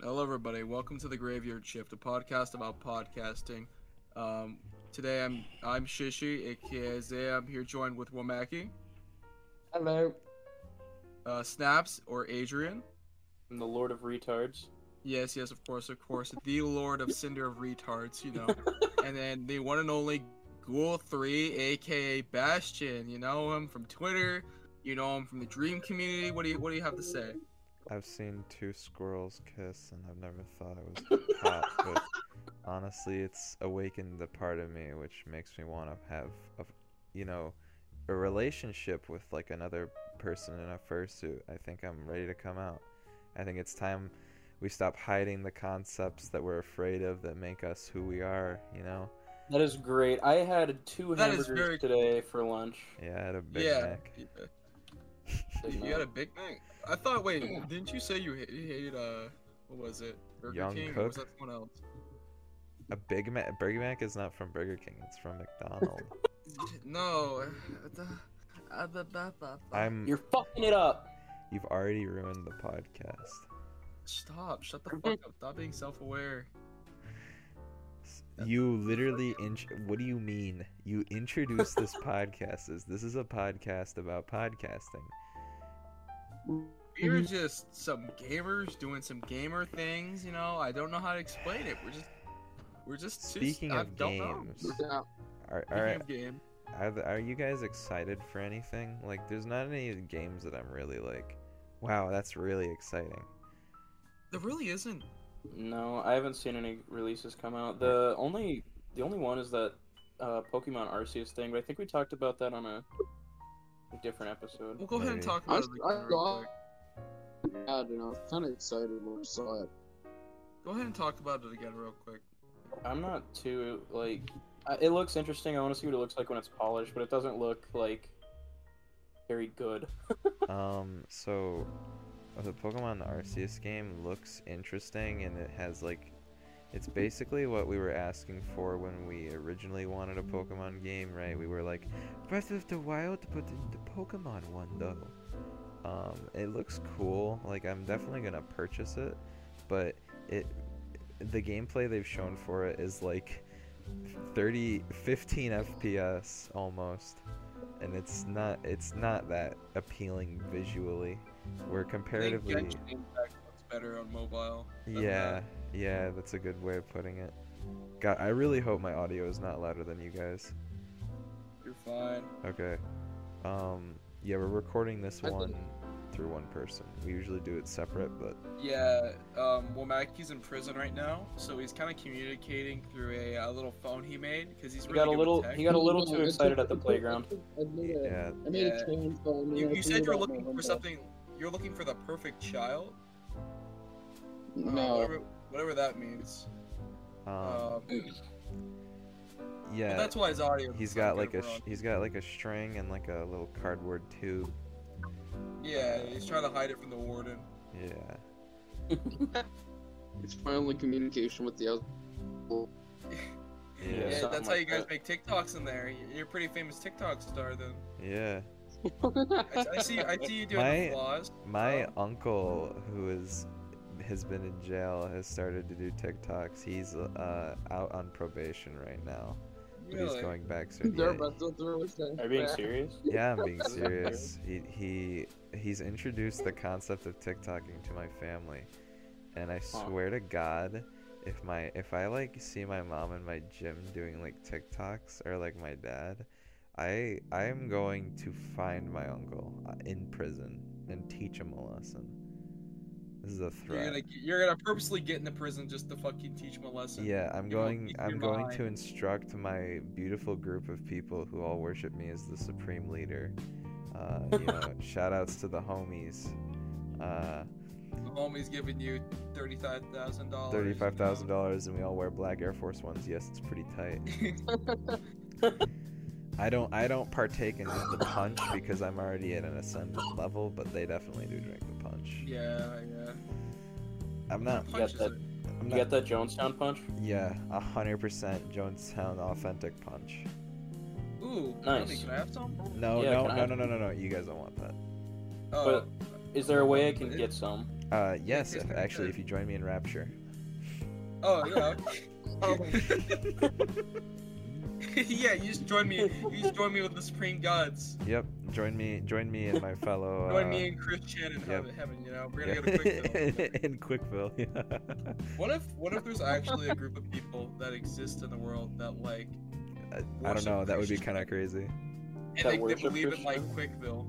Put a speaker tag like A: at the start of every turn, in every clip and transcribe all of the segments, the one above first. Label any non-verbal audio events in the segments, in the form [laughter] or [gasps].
A: Hello, everybody. Welcome to the Graveyard Shift, a podcast about podcasting. Um, today, I'm I'm Shishi, aka Isaiah. I'm here joined with Womaki,
B: Hello.
A: uh, Snaps, or Adrian.
C: I'm the Lord of Retards.
A: Yes, yes, of course, of course. The Lord of Cinder of Retards, you
C: [laughs]
A: know. and then the one and only Ghoul3, aka Bastion. You know him from Twitter. You know him from the Dream community. What do you What do you have to say?
D: I've seen two squirrels kiss and I've never thought it was hot, but honestly, it's awakened the part of me which makes me want to have, a, you know, a relationship with like another person in a fursuit. I think I'm ready to come out. I think it's time we stop hiding the concepts that we're afraid of that make us who we are, you know?
C: That is great. I had two
A: That is
C: hamburgers
A: very-
C: today for lunch.
D: Yeah, I had a Big
A: yeah. Uh,
D: Mac. [laughs]
A: You-
C: Big
A: You got a
C: Mac.
A: Big Mac? I thought. Wait, didn't you say you ha- you hated uh, what was it? Burger
D: Young
A: King? Or was
D: Cook?
A: that someone else?
D: A Big Mac? Burger Mac is not from Burger King, it's from McDonald's.
A: No. uh,
D: I'm.
C: You're fucking it up.
D: You've already ruined the podcast.
A: Stop! Shut the fuck up! Stop being self-aware.
D: S-
A: That's
D: You literally int- what do you mean? You introduced this podcast as this is a podcast about podcasting.
A: We were just some gamers doing some gamer things, you know. I don't know how to explain it. We're just, we're just too-
D: Speaking
A: I
D: of
A: don't know.
D: games,
B: Yeah.
D: are,
A: Speaking
D: are,
A: of game,
D: are th- are you guys excited for anything? Like there's not any games that I'm really like, wow, that's really exciting.
A: there really isn't.
C: No, I haven't seen any releases come out. The only the only one is that uh, Pokemon Arceus thing, but I think we talked about that on a different episode.
A: We'll go ahead and
D: Maybe.
A: talk
B: I,
A: about it.
B: I
A: Real
B: got
A: quick.
B: it, and I was kind of excited when I saw it.
A: Go ahead and talk about it again, real quick.
C: I'm not too like I- it looks interesting. I want to see what it looks like when it's polished, but it doesn't look like very good.
D: Um, so uh, the Pokemon Arceus game looks interesting and it has like it's basically what we were asking for when we originally wanted a Pokemon game, right? We were like Breath of the Wild but in the Pokemon one though. Um, it looks cool. Like I'm definitely going to purchase it, but it the gameplay they've shown for it is like 30 15 FPS almost and it's not it's not that appealing visually. We're
A: I think
D: comparatively
A: Genshin Impact looks better on mobile. than
D: yeah, yeah, that's a good way of putting it. God, I really hope my audio is not louder than you guys.
A: that. You're fine.
D: Okay. Um yeah, we're recording this
B: I
D: one
B: think-
D: through one person. We usually do it separate, but
A: Yeah, um, well, Mackey's in prison right now, so he's kind of communicating through a, uh little phone he made because he's
C: He
A: really
C: got a
A: good with
C: little-
A: tech.
C: he got a little too
B: I
C: excited
B: took-
C: at the playground.
B: I made a,
D: yeah,
B: I made
A: Yeah.
B: a change for me.
A: You,
B: I
A: you
B: threw
A: said
B: it
A: you're
B: out my
A: looking for
B: window.
A: something. You're looking for the perfect child. Uh,
B: No.
A: whatever, whatever that means.
D: um
A: Um,
D: yeah.
A: but that's why his audio.
D: He's
A: sounds
D: got like a
A: good
D: sh-
A: abroad.
D: he's got like a string and like a little cardboard tube.
A: Yeah, he's trying to hide it from the warden.
D: Yeah.
B: It's my only communication with
A: [laughs]
B: the other. [laughs]
D: Yeah.
A: Yeah,
C: something
A: that's how you
C: like
A: guys
C: that.
A: make TikToks in there. You're a pretty famous TikTok star, then.
D: Yeah.
A: I, I see. I see you doing
D: [laughs] My-
A: the flaws.
D: My
A: Um,
D: uncle, who is has been in jail, has started to do TikToks. He's uh, out on probation right now, but
A: Really?
D: he's going back soon.
B: They're
D: Yeah,
B: about to throw us in.
C: Are you being serious?
D: yeah, I'm being
C: Is that true?
D: serious. He, he he's introduced the concept of TikToking to my family, and I
C: Huh.
D: swear to God, if my if I like see my mom and my Jim doing like TikToks or like my dad, I I am going to find my uncle uh, in prison and teach him a lesson. This is a threat.
A: You're gonna, you're gonna purposely get into prison just to fucking teach him a lesson.
D: Yeah, I'm
A: You won't
D: going.
A: speak your
D: I'm going
A: mind.
D: to instruct my beautiful group of people who all worship me as the supreme leader. Uh, you know,
A: [laughs]
D: shout outs to the homies. Uh,
A: The homie's giving you thirty-five thousand dollars.
D: Thirty-five thousand dollars, and we all wear black Air Force Ones. Yes, it's pretty tight.
A: [laughs]
D: I don't. I don't partake in the punch because I'm already at an ascendant level, but they definitely do drink the punch.
A: Yeah, yeah.
D: I'm not.
A: Punches
C: that-
A: it.
D: I'm
C: You got
D: not.
C: that Jonestown punch?
D: Yeah, hundred percent Jonestown authentic punch.
A: Ooh,
C: Nice.
A: Tony, can I have some?
D: No,
C: Yeah,
D: no,
C: can I
D: no,
C: have-
D: no, no, no, no. You guys don't want that.
A: Oh,
C: Is there a way I can get some?
D: Uh, yes,
A: tastes
D: if-
A: kinda
D: actually,
A: good.
D: if you join me in Rapture.
A: Oh yeah. Oh. [laughs] yeah, you just join me. You just join me with the supreme gods.
D: Yep, join me, join me and my fellow.
A: Join
D: uh,
A: me and Chris Chan in
D: yep.
A: heaven. You know, we're
D: yeah.
A: gonna
D: [laughs]
A: go to quick. Fill.
D: in Quickville. [laughs] Yeah.
A: What if what if there's actually a group of people that exist in the world that like
D: I, I don't
A: Worship
D: know. That would be
A: Christian.
D: kind of crazy.
A: and
C: That
A: they, they
C: worship
A: believe in like
C: Krishna?
A: Quickville?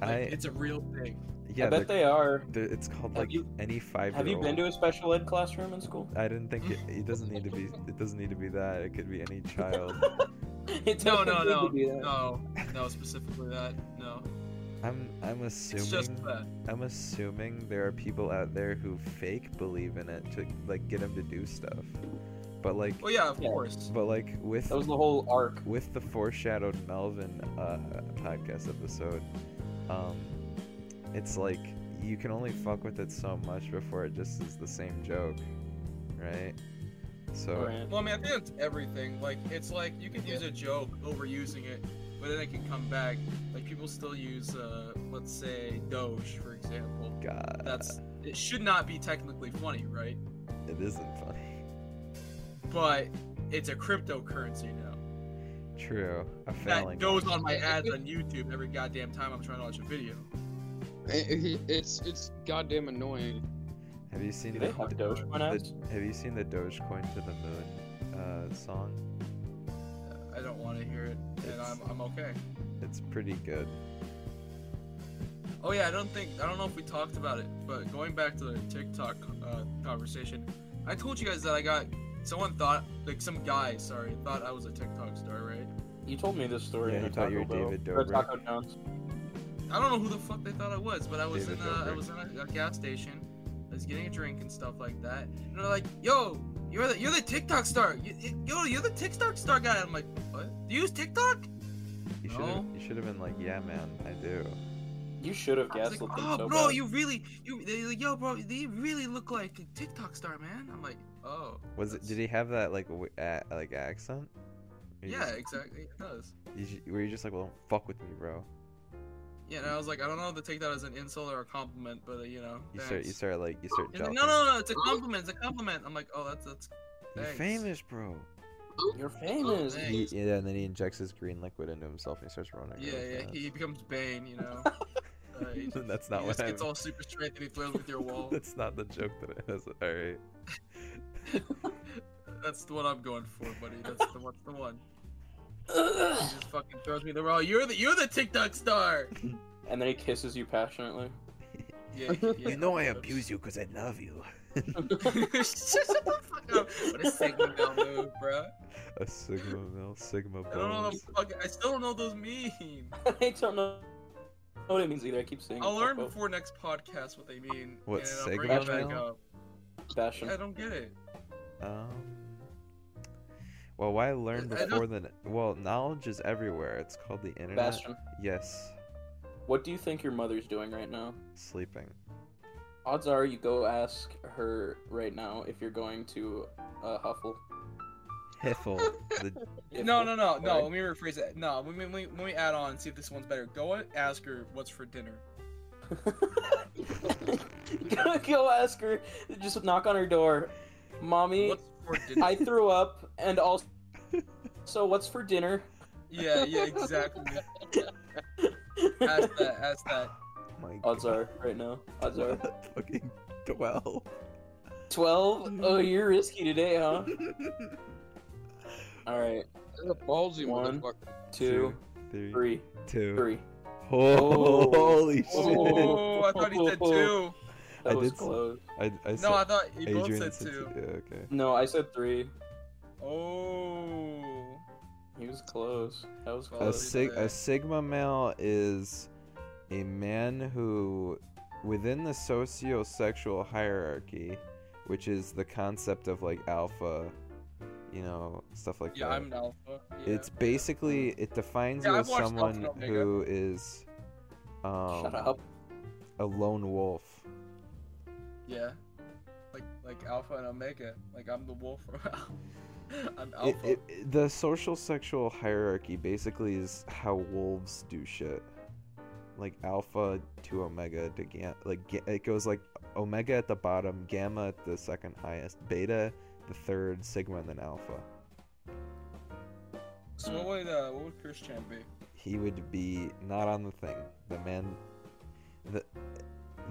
A: Like,
D: I
A: it's a real thing.
D: yeah.
C: I bet
D: they're-
C: they are.
D: they're- it's called
C: Have
D: like
C: you-
D: any five.
C: Have you been to a special ed classroom
A: [laughs]
C: in school?
D: I didn't think it, it doesn't need to be. It doesn't need to be that. It could be any child.
C: It
A: No,
C: doesn't
A: no,
C: need to
A: no,
C: be that.
A: no, no. Specifically that. No,
D: I'm I'm assuming.
A: it's just that.
D: I'm assuming there are people out there who fake believe in it to like get them to do stuff. But like,
A: Well, yeah, of
C: Yeah.
A: course.
D: but like with
C: That was the whole arc.
D: with the foreshadowed Melvin uh, podcast episode, um, it's like you can only fuck with it so much before it just is the same joke, right? So
C: Right.
A: Well, I mean, I think that's everything. Like, it's like you can use a joke overusing it, but then it can come back. Like, people still use, uh, let's say, Doge, for example.
D: God,
A: That's it should not be technically funny, right?
D: it isn't funny.
A: But it's a cryptocurrency now.
D: True, a
A: That
D: failing.
A: goes on my ads on YouTube every goddamn time I'm trying to watch a video.
B: [laughs] It- it's it's goddamn annoying.
D: Have you seen
C: Do
D: the,
C: they have Dogecoin ads?
D: the- Have you seen the Dogecoin to the Moon uh, song?
A: I don't want to hear it, and
D: It's-
A: I'm, I'm okay.
D: It's pretty good.
A: Oh yeah, I don't think I don't know if we talked about it, but going back to the TikTok uh, conversation, I told you guys that I got someone thought like some guy, sorry, thought I was a TikTok star, right?
C: You told me this story
D: Yeah,
C: in
D: you
C: a
D: thought
C: Taco
D: you were
C: Bell-
D: David
C: or a
D: Dobrik.
C: Taco John's.
A: I don't know who the fuck they thought I was, but I was
D: David
A: in a, I
D: Dobrik.
A: was in a, a gas station, I was getting a drink and stuff like that, and they're like, "Yo, you're the you're the TikTok star, you, you- yo, you're the TikTok star guy." I'm like, "What? Do you use TikTok?"
D: You should have
A: No.
D: you should have been like, yeah, man, I do.
C: You should have
A: I was
C: gaslit
A: like,
C: them
A: "Oh,
C: so
A: bro,
C: bad.
A: you really you they like, yo, bro, they really look like a TikTok star, man." I'm like, "Oh."
D: Was it?
A: that's-
D: Did he have that like w- a, like accent? Or you
A: Yeah,
D: just-
A: exactly. It does.
D: you ju- were you just like, well, don't fuck with me, bro?
A: Yeah, and I was like, I don't know if to take that as an insult or a compliment, but uh, you know.
D: You start you
A: thanks.
D: start like you start.
A: He's like,
D: jolting.
A: no, no, no, it's a compliment. It's a compliment. I'm like, oh, that's that's.
D: You're
A: thanks."
D: famous, bro.
C: You're famous.
A: man.
D: He,
A: Oh, Thanks.
D: yeah, and then he injects his green liquid into himself and he starts running.
A: Yeah,
D: really
A: yeah.
D: fast.
A: He becomes Bane, you know.
D: [laughs]
A: Uh, he,
D: That's
A: he
D: not what
A: just
D: I.
A: gets all super strength and he throws with your wall.
D: [laughs] That's not the joke that it has. All right.
A: That's the one I'm going for, buddy. That's the one. The one. He just fucking throws me the wall. You're the you're the TikTok star.
C: and then he kisses you
D: [laughs]
C: passionately. [laughs]
A: Yeah. yeah [laughs]
D: you because I love you.
A: Shut the fuck up. What a segment move, bro.
D: A sigma male, sigma
A: I don't know what the
D: bones.
A: fuck. I still don't know what those mean.
C: I don't know what it means either. I keep saying.
A: I'll
C: it,
A: learn
C: but
A: before next podcast what they mean.
D: oh, What,
A: and I'll bring
D: segment
A: it back
D: now?
A: up.
C: Passion.
A: I don't get it.
D: Um. Well, why learn
A: I don't-
D: before the? Well, knowledge is everywhere. It's called the internet.
C: Bastion,
D: Yes,
C: what do you think your mother's doing right now?
D: sleeping.
C: Odds are you go ask her right now if you're going to uh, Huffle.
A: [laughs]
D: Hiffle. The,
C: If-
A: no, no, no, no.
C: Sorry.
A: Let me rephrase that. No, let me, let me, let me add on and see if this one's better. Go and ask her what's for dinner.
C: go, [laughs] go ask her. Just knock on her door. Mommy,
A: What's for dinner?
C: [laughs] I threw up, and also, so what's for dinner?
A: Yeah, yeah, exactly. ask that. Ask that.
D: my
C: Odds
D: God,
C: are, right now, odds are
D: [laughs] Fucking twelve.
C: twelve. Oh, you're risky today, huh? All right,
B: That's a ballsy
C: One.
B: motherfucker.
C: two,
D: Three,
C: three,
D: two.
C: three.
D: Oh, holy
C: Oh.
D: shit!
A: Oh, I thought he said two.
D: [laughs] I
C: That was
D: did s-
C: close.
D: I, I said,
A: No, I thought you both
D: Adrian
A: said
D: said
A: two.
D: Yeah, okay.
C: No, I said three.
A: Oh.
C: He was close. That was
A: A
D: A,
C: close.
D: sig-
A: yeah.
D: a sigma male is a man who, within the socio-sexual hierarchy, which is the concept of like alpha, you know, stuff like
A: Yeah,
D: that.
A: I'm an alpha. Yeah.
D: It's basically it defines
A: Yeah,
D: you
A: I've
D: as
A: watched Alpha
D: someone
A: and Omega.
D: who is um,
C: Shut up.
D: a lone wolf.
A: yeah. Like like alpha and omega. Like I'm the wolf from alpha. [laughs] I'm
D: It-
A: alpha.
D: it- it- the social sexual hierarchy basically is how wolves do shit. Like alpha to omega to ga- like ga- it goes like Omega at the bottom, Gamma at the second highest, Beta the third, Sigma, and then Alpha.
A: So what would uh, what would Chris Chan be?
D: He would be not on the thing. The man, the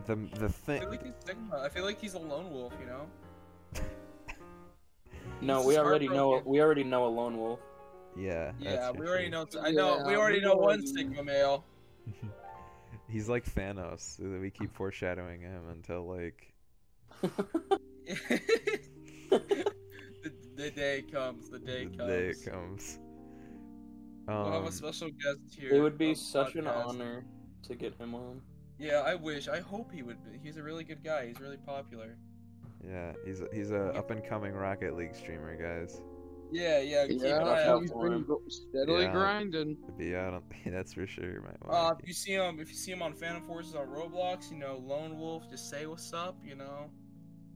D: the the
A: I
D: thing.
A: feel like he's Sigma. I feel like he's a lone wolf. You know.
C: No,
A: This
C: we
A: is
C: already know.
A: heartbroken.
C: We already know a lone wolf. [laughs]
D: Yeah.
A: Yeah,
D: that's
A: we
D: him.
A: already know. I know. we
B: Yeah,
A: already
B: we
A: know one
B: already-
A: Sigma male. [laughs]
D: He's like Thanos. uh, We keep foreshadowing him until like
A: the, the day comes. The day
D: the
A: comes.
D: day it comes. Um,
A: we'll have a special guest here.
C: It would
A: on
C: be
A: the
C: such an
A: podcast.
C: honor to get him on.
A: Yeah, I wish. I hope he would. Be. He's a really good guy. He's really popular.
D: yeah, he's a, he's a up and coming Rocket League streamer, guys.
A: Yeah, yeah. Keep
B: Yeah,
A: an eye out.
B: he's
C: for
B: been
C: him.
B: gr- steadily
D: Yeah.
B: grinding.
D: Be out [laughs] on that's for sure. You might
A: Uh,
D: want.
A: if you see him, if you see him on Phantom Forces on Roblox, you know, Lone Wolf, just say what's up. You know,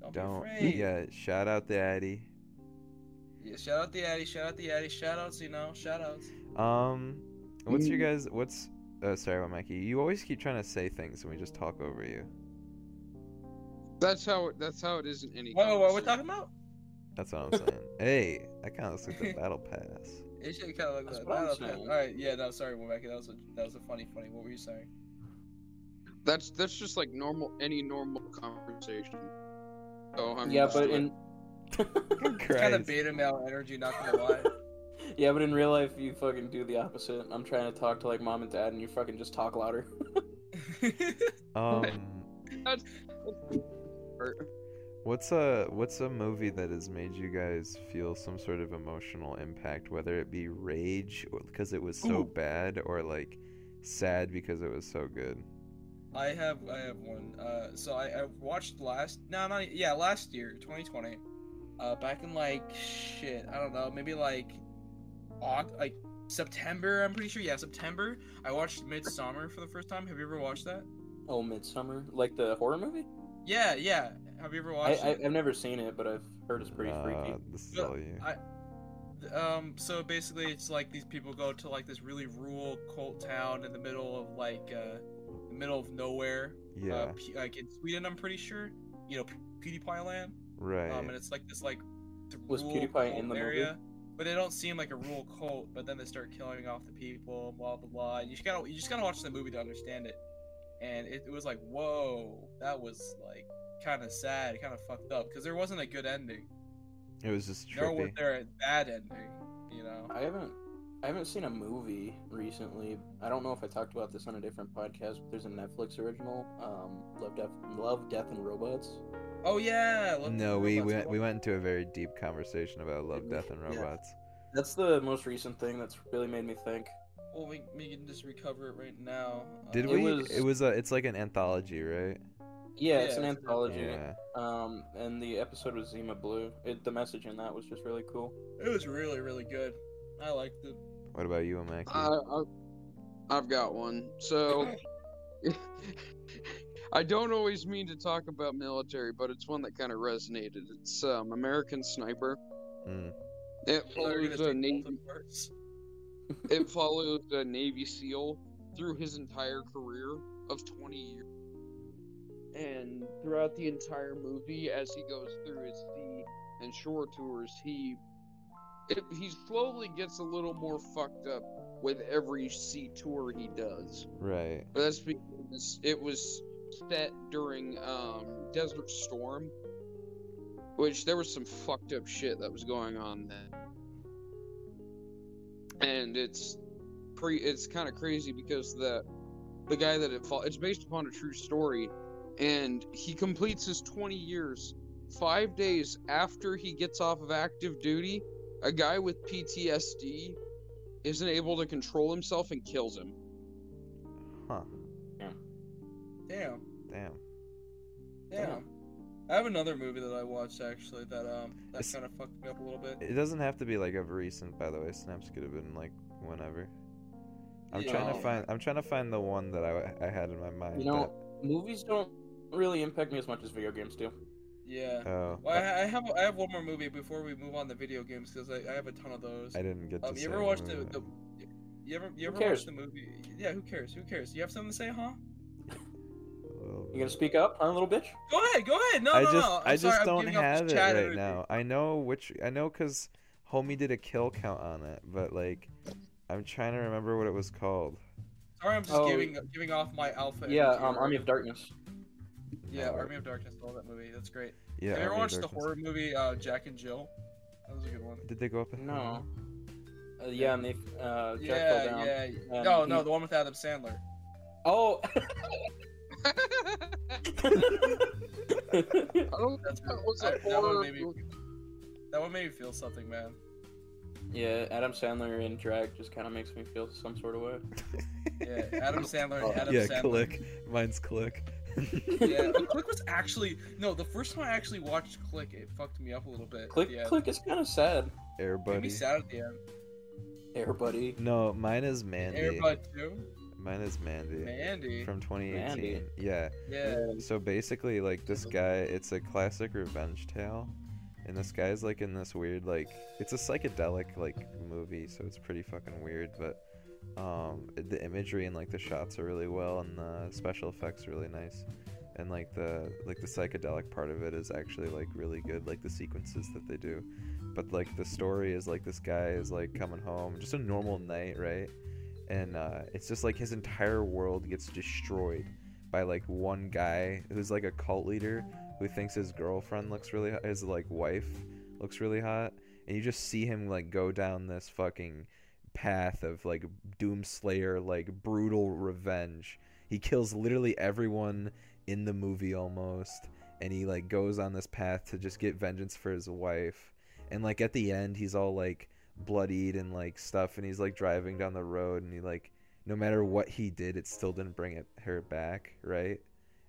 A: don't,
D: Don't.
A: be afraid.
D: Yeah. Shout out the Addy.
A: Yeah, Shout out the Addy. Shout out the Addy. Shout outs. You know, shout outs.
D: Um, what's your
B: Mm.
D: guys? What's? Oh, sorry about Mikey. You always keep trying to say things, and we just talk over you.
B: That's how. That's how it isn't any.
A: Whoa, whoa, what we're
B: conversation.
A: talking about?
D: That's what I'm saying. hey, that kind of looks like the battle pass.
A: It should kind of look
C: That's
A: like
C: what I'm
A: that. All
C: saying.
A: right, yeah. No, sorry, Wabaki. That was a that was a funny, funny. What were you saying?
B: That's that's just like normal. Any normal conversation. Oh, I'm
C: yeah,
B: used
C: but
B: to it.
C: in
A: It's kind of
D: [laughs] Christ.
A: beta male energy, not gonna [laughs] lie.
C: [laughs] yeah, but in real life, you fucking do the opposite. I'm trying to talk to like mom and dad, and you fucking just talk louder. [laughs]
A: [laughs]
D: Um,
B: That's-
D: what's a what's a movie that has made you guys feel some sort of emotional impact, whether it be rage because it was so
A: Ooh.
D: bad, or like sad because it was so good?
A: I have I have one. Uh, so I, I watched last no not e, yeah last year 2020. Uh, back in like shit I don't know maybe like, Oc- like September I'm pretty sure yeah September I watched Midsummer for the first time. Have you ever watched that?
C: Oh, Midsummer, like the horror movie.
A: Yeah yeah. Have you ever
C: I,
A: watched
C: I
A: it?
C: I've never seen it, but I've heard it's pretty freaky.
D: Nah, Uh, this is
A: But
D: all you.
A: I- uh, um so basically it's like these people go to like this really rural cult town in the middle of like uh the middle of nowhere
D: yeah,
A: uh, P- like in sweden i'm pretty sure you know P- pewdiepie land
D: right.
A: um and it's like this like th-
C: Was
A: rural
C: PewDiePie in
A: cult
C: the movie?
A: but they don't seem like a rural cult but then they start killing off the people blah blah blah you just gotta you just gotta watch the movie to understand it and it, it was like whoa that was like kind of sad kind of fucked up because there wasn't a good ending
D: it was just
A: nor
D: trippy.
A: was there a bad ending you know
C: I haven't I haven't seen a movie recently. I don't know if I talked about this on a different podcast, but there's a Netflix original, um, Love Death Love Death and Robots.
A: Oh yeah. Love
D: No,
A: Death
D: we
A: Robots.
D: went we went into a very deep conversation about love, death, and
C: Yeah.
D: robots.
C: That's the most recent thing that's really made me think.
A: Well, we, we can just recover it right now. Uh,
D: Did
C: It
D: we?
C: was-
D: It was a. It's like an anthology, right?
C: Yeah, it's
A: Yeah,
C: an
A: it's-
C: anthology.
D: Yeah.
C: Um, and the episode was Zima Blue. It, the message in that was just really cool.
A: It was really really good. I liked it.
D: What about you, Amaki?
A: Uh,
B: I, I, I've got one. So, [laughs] I don't always mean to talk about military, but it's one that kind of resonated. It's um, American Sniper.
D: Mm.
B: It
A: Well, Oh, we're gonna
B: follows a
A: take
B: Navy.
A: Bolton first.
B: It follows a Navy SEAL through his entire career of 20 years. And throughout the entire movie, as he goes through his sea and shore tours, he it, he slowly gets a little more fucked up with every sea tour he does.
D: Right.
B: But that's because it was set during um, Desert Storm, which there was some fucked up shit that was going on then. And it's pre it's kind of crazy because the the guy that it fought it's based upon a true story, and he completes his 20 years five days after he gets off of active duty. A guy with PTSD isn't able to control himself and kills him. [laughs]
D: Huh.
A: Damn.
D: Damn.
A: Damn.
C: Damn.
A: I have another movie that I watched actually that um that
D: It's-
A: kind of fucked me up a little bit.
D: It doesn't have to be like of recent, by the way. Snaps could have been like whenever. I'm trying to
C: Yeah.
D: find. I'm trying to find the one that I, I had in my mind.
C: You know, movies don't really impact me as much as video games do.
A: Yeah.
D: that- oh,
A: Well,
D: I,
A: I, I have I have one more movie before we move on to video games because I, I have a ton of those.
D: didn't get to.
A: Um,
D: say
A: you ever watched
D: the
A: the,
D: movie.
A: the you ever you
C: Who
A: ever
C: cares?
A: watched the movie? Yeah, who cares? Who cares? You have something to say, huh?
D: little
C: You gonna
D: bit.
C: speak up, huh, little bitch?
A: Go ahead, go ahead. No,
D: I
A: no,
D: just
A: no. I'm
D: I
A: sorry,
D: just
A: I'm
D: don't
A: giving up
D: have it
A: chat
D: right
A: energy.
D: now. I know which I know because homie did a kill count on it, but like I'm trying to remember what it was called.
A: Sorry, I'm just
C: Oh.
A: giving giving off my alpha.
C: Yeah,
A: energy
C: um,
A: right
C: Army of Darkness.
A: Yeah,
D: No,
A: Army of Darkness. Love that movie. That's great.
D: yeah.
A: Have you ever
D: Army of
A: watched the
D: Darkness.
A: horror movie uh, Jack and Jill? That was a good one.
D: Did they go up? in-
C: No. Uh, yeah, and they uh, Jack fell
A: yeah,
C: down.
A: yeah.
C: and
A: No,
C: he-
A: no, the one with Adam Sandler.
C: Oh. Oh!
B: [laughs] I don't
A: That's
B: think that
A: good.
B: was
A: I-
B: a
A: that one
B: horror
A: made me-
B: movie.
A: That one made me feel something, man.
C: yeah, Adam Sandler and drag just kind of makes me feel some sort of way.
A: Yeah,
D: [laughs]
A: Adam
C: [laughs]
A: Sandler.
C: Oh,
A: and Adam
D: yeah,
A: Sandler.
D: click. Mine's click.
A: Yeah, but Click was actually no. The first time I actually watched Click, it fucked me up a little bit. at
C: Click,
A: the end.
C: click is kind of sad.
D: Air
A: Made me
D: buddy.
A: sad at the end.
C: Air buddy.
D: No, mine is Mandy.
A: Airbud too.
D: Mine is Mandy.
A: Mandy.
D: From 2018. Yeah.
A: Yeah.
D: So basically, like this guy, it's a classic revenge tale, and this guy's like in this weird, like it's a psychedelic like movie, so it's pretty fucking weird. But um, the imagery and like the shots are really well, and the special effects are really nice, and like the like the psychedelic part of it is actually like really good, like the sequences that they do. But like the story is like this guy is like coming home, just a normal night, right? And uh, it's just like his entire world gets destroyed by like one guy who's like a cult leader who thinks his girlfriend looks really hot, his like wife looks really hot, and you just see him like go down this fucking path of like doomslayer like brutal revenge. He kills literally everyone in the movie almost, and he like goes on this path to just get vengeance for his wife. And like at the end, he's all like bloodied and like stuff, and he's like driving down the road, and he like no matter what he did, it still didn't bring it, her back, right?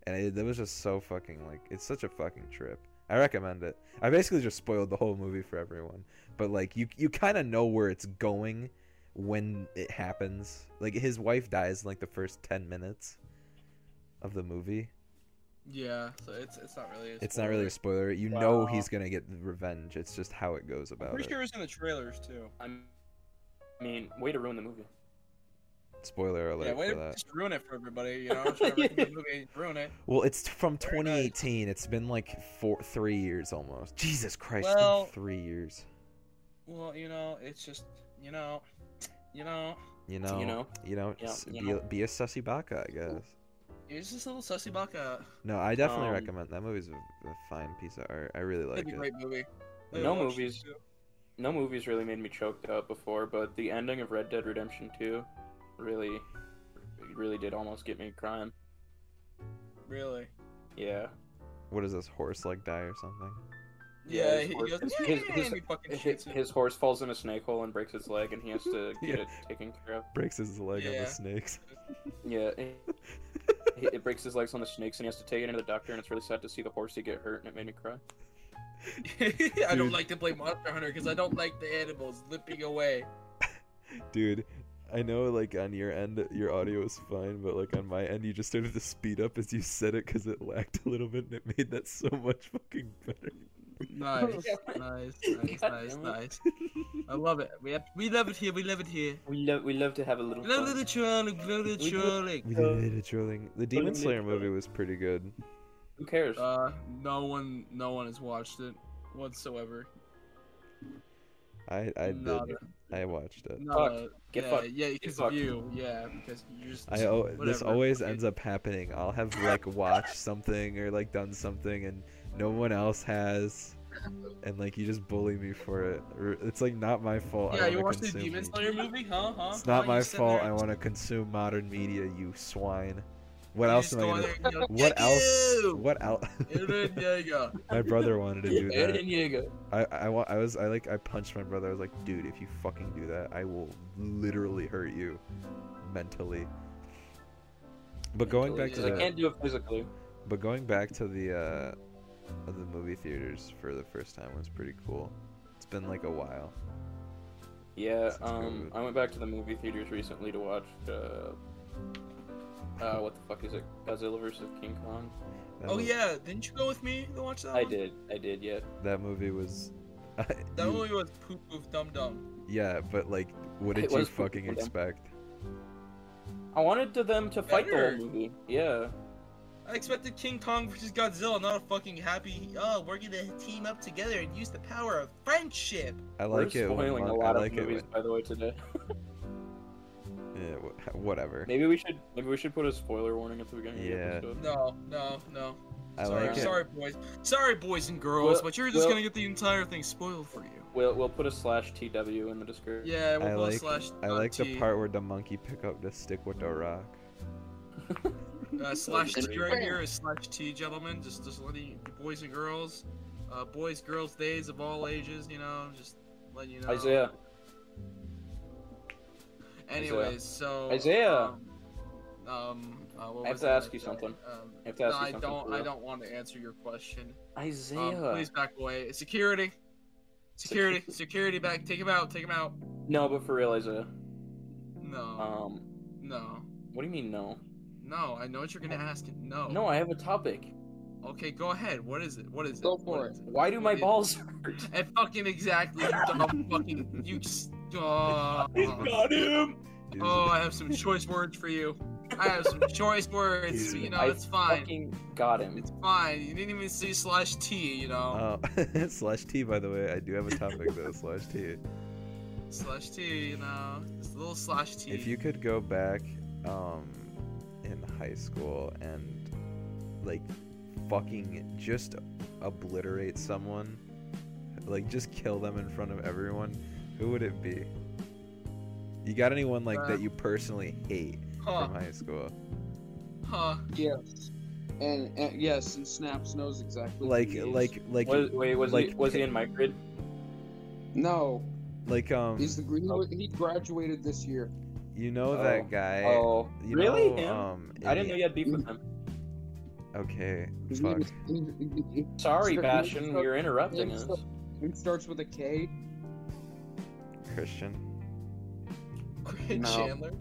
D: And it, that was just so fucking like it's such a fucking trip. I recommend it. I basically just spoiled the whole movie for everyone, but like you you kind of know where it's going when it happens. Like his wife dies in like the first ten minutes of the movie.
A: Yeah. So it's it's not really. A
D: It's not really a
A: spoiler.
D: spoiler. You know
C: Wow.
D: he's gonna get revenge. It's just how it goes
A: I'm
D: about
A: pretty
D: it.
A: sure it's in the trailers too.
C: I'm- I mean, way to ruin the movie.
D: Spoiler alert
A: yeah, wait
D: for
A: to
D: that.
A: just ruin it for everybody. You know, I'm trying
C: [laughs]
A: to recommend the movie, ruin it.
D: Well, it's from
A: Very nice.
D: 2018. It's been like four, three years almost. Jesus Christ, it's been
A: Well-
D: three years.
A: Well, you know, it's just you know, you know,
D: You know,
C: You know?
D: you know,
C: Yeah,
D: s-
C: you
D: be,
C: know.
D: A, be a sussy baka, I guess.
A: it's just a little sussy baka.
D: No, I definitely
C: Um,
D: recommend that movie's a, a fine piece of art. I really like
A: That'd be a
D: it.
A: great movie.
C: No
A: Watch it,
C: movies.
A: too.
C: No movies really made me choked up before, but the ending of Red Dead Redemption 2 really, really did almost get me crying.
A: Really.
C: Yeah.
D: What is this horse like die or something?
A: Yeah,
C: Yeah,
A: he,
C: his
A: he
C: horse-
A: goes.
C: his-
A: "Yeah,"
C: his- his-
A: and he fucking
C: His,
A: shoots him.
C: his horse falls in a snake hole and breaks his leg, and he has [laughs] to get
D: Yeah.
C: it taken care of.
D: Breaks his leg on
A: Yeah.
D: the snakes. [laughs]
C: Yeah. It, it it breaks his legs on the snakes, and he has to take it into the doctor, and it's really sad to see the horsey get hurt, and it made me cry.
A: [laughs] I don't
D: Dude.
A: like to play Monster Hunter because I don't like the animals limping away.
D: Dude, I know like on your end your audio was fine, but like on my end you just started to speed up as you said it because it lacked a little bit and it made that so much [laughs] fucking better.
C: [laughs]
A: Nice, nice, nice,
C: God
A: nice,
C: damn it.
A: nice. I love it. We have, we love it here. We love it here.
C: We love, we love to have a little
A: We love
C: fun.
A: the trolling. We love the
C: We do-
A: trolling.
D: We
C: Uh,
D: did it, trolling. The Demon
C: did
D: Slayer
C: trolling.
D: movie was pretty good.
C: Who cares?
A: Uh, no one, no one has watched it whatsoever.
D: I I
A: Not
D: did. I watched it.
A: No,
C: Fucked. Get
A: yeah,
C: fucked.
A: yeah, because of
C: fucked.
A: you, yeah, because you just.
D: I al- this
A: whatever,
D: always
A: fuck it.
D: ends up happening. I'll have like watched something or like done something and no one else has, and like you just bully me for it. Or It's like not my fault. I
A: yeah, you
D: wanna
A: watched the
D: consume
A: Demon
D: media.
A: Slayer movie, huh? Huh?
D: It's not
A: Huh?
D: my
A: You sit
D: fault.
A: there
D: I
A: and-
D: want to consume modern media, you swine. What
A: you
D: else
A: just
D: am I
A: go
D: gonna?
A: in there and yell,
D: What
A: "Kick
D: else?
A: you!"
D: What else?
A: And then there you go.
D: [laughs] my brother wanted
C: [laughs]
D: to do that.
C: Eren Yeager.
D: I, I, wa- I was I like I punched my brother. I was like, dude, if you fucking do that, I will literally hurt you, mentally. But going back to
C: Because I
D: the
C: can't do it physically.
D: but going back to the uh, of the movie theaters for the first time was pretty cool. It's been like a while.
C: Yeah,
D: Since
C: um,
D: COVID.
C: I went back to the movie theaters recently to watch, uh, uh, what the fuck is it? Godzilla versus King Kong.
D: That
A: Oh
D: mo-
A: yeah, didn't you go with me to watch that?
C: I
A: one?
C: did, I did, yeah.
D: that movie was. [laughs]
A: That
D: you-
A: movie was poop poof dum dum.
D: Yeah, but like, what
C: It
D: did you
C: was pretty
D: fucking
C: cool, yeah.
D: expect?
C: I wanted to them to fight the
A: Better.
C: whole movie.
A: I
C: Yeah,
A: I expected King Kong versus Godzilla, not a fucking happy. Oh, we're gonna team up together and use the power of friendship.
D: I like
C: We're
D: it. When,
C: spoiling a
D: Mon-
C: lot
D: I like
C: of movies,
D: it.
C: by the way, today.
D: When, yeah, wh- whatever.
C: maybe we should maybe we should put a spoiler warning at the beginning of
D: Yeah.
C: the episode.
A: No, no, no.
D: I
A: sorry,
D: like it.
A: sorry, boys. Sorry, boys and girls,
C: Well-
A: but you're just
C: well-
A: gonna get the entire thing spoiled for you.
C: We'll we'll put a slash TW in the description.
A: Yeah, we'll
D: I
A: put a
D: like-
A: slash.
D: I
A: uh,
D: like the
A: T.
D: part where the monkey pick up the stick with the rock.
A: Uh, slash
C: And-
A: T right here is slash T, gentlemen. Just just letting you, boys and girls, uh, boys, girls, days of all ages. You know, just letting you know.
C: Isaiah.
A: Um, Anyways, so
C: Isaiah.
A: Um, um uh, what
C: I have
A: was
C: to
A: it?
C: ask you
A: Uh,
C: something.
A: Um,
C: I have to ask
A: no,
C: you
A: I
C: something
A: don't.
C: for
A: I
C: real.
A: don't want to answer your question.
C: Isaiah.
A: Um, please back away. Security.
C: [laughs]
A: Security. Security back. Take him out. Take him out.
C: No, but for real, Isaiah.
A: No.
C: Um,
A: no.
C: what do you mean no?
A: No. I know what you're gonna ask. No.
C: No, I have a topic.
A: Okay, go ahead. What is it? What is it?
B: Go
A: What
B: for
A: is
C: Why do
A: What
C: my
A: is it? [laughs]
C: balls?
A: And fucking exactly. You
C: [laughs]
A: dumb fucking. You. Uh,
C: him.
D: He's-
A: oh,
D: [laughs]
A: I have some choice words for you. I have some choice words. You know,
C: I
A: it's fine.
C: fucking got him.
A: It's fine. You didn't even see slash T, you know.
D: Oh, [laughs] slash T, by the way. I do have a topic though, slash T.
C: Uh,
A: slash T, you know. It's a little slash T.
D: If you could go back um, in high school and, like, fucking just obliterate someone, like, just kill them in front of everyone, who would it be? You got anyone, like, that you personally hate
A: huh,
D: from high school?
A: huh.
B: Yes. And, and yes, and Snaps knows exactly. who
D: Like,
B: he is.
D: like, like,
C: Was, wait, was he
D: like-
C: was he in my grid?
B: No,
D: like, um,
B: he's the green. He graduated this year.
D: you know
C: Oh.
D: that guy.
C: oh,
D: you
C: really?
D: know,
C: him?
D: Um,
C: I didn't know
D: Indi-
C: you had beef with him.
D: Okay,
B: His
D: fuck.
B: name is- he- he-
C: Sorry,
B: Sir-
C: Bastion,
B: Sir-
C: you're interrupting
B: Sir-
C: us.
B: he- he starts with a K.
D: Christian.
A: Great
C: No.
A: Chandler.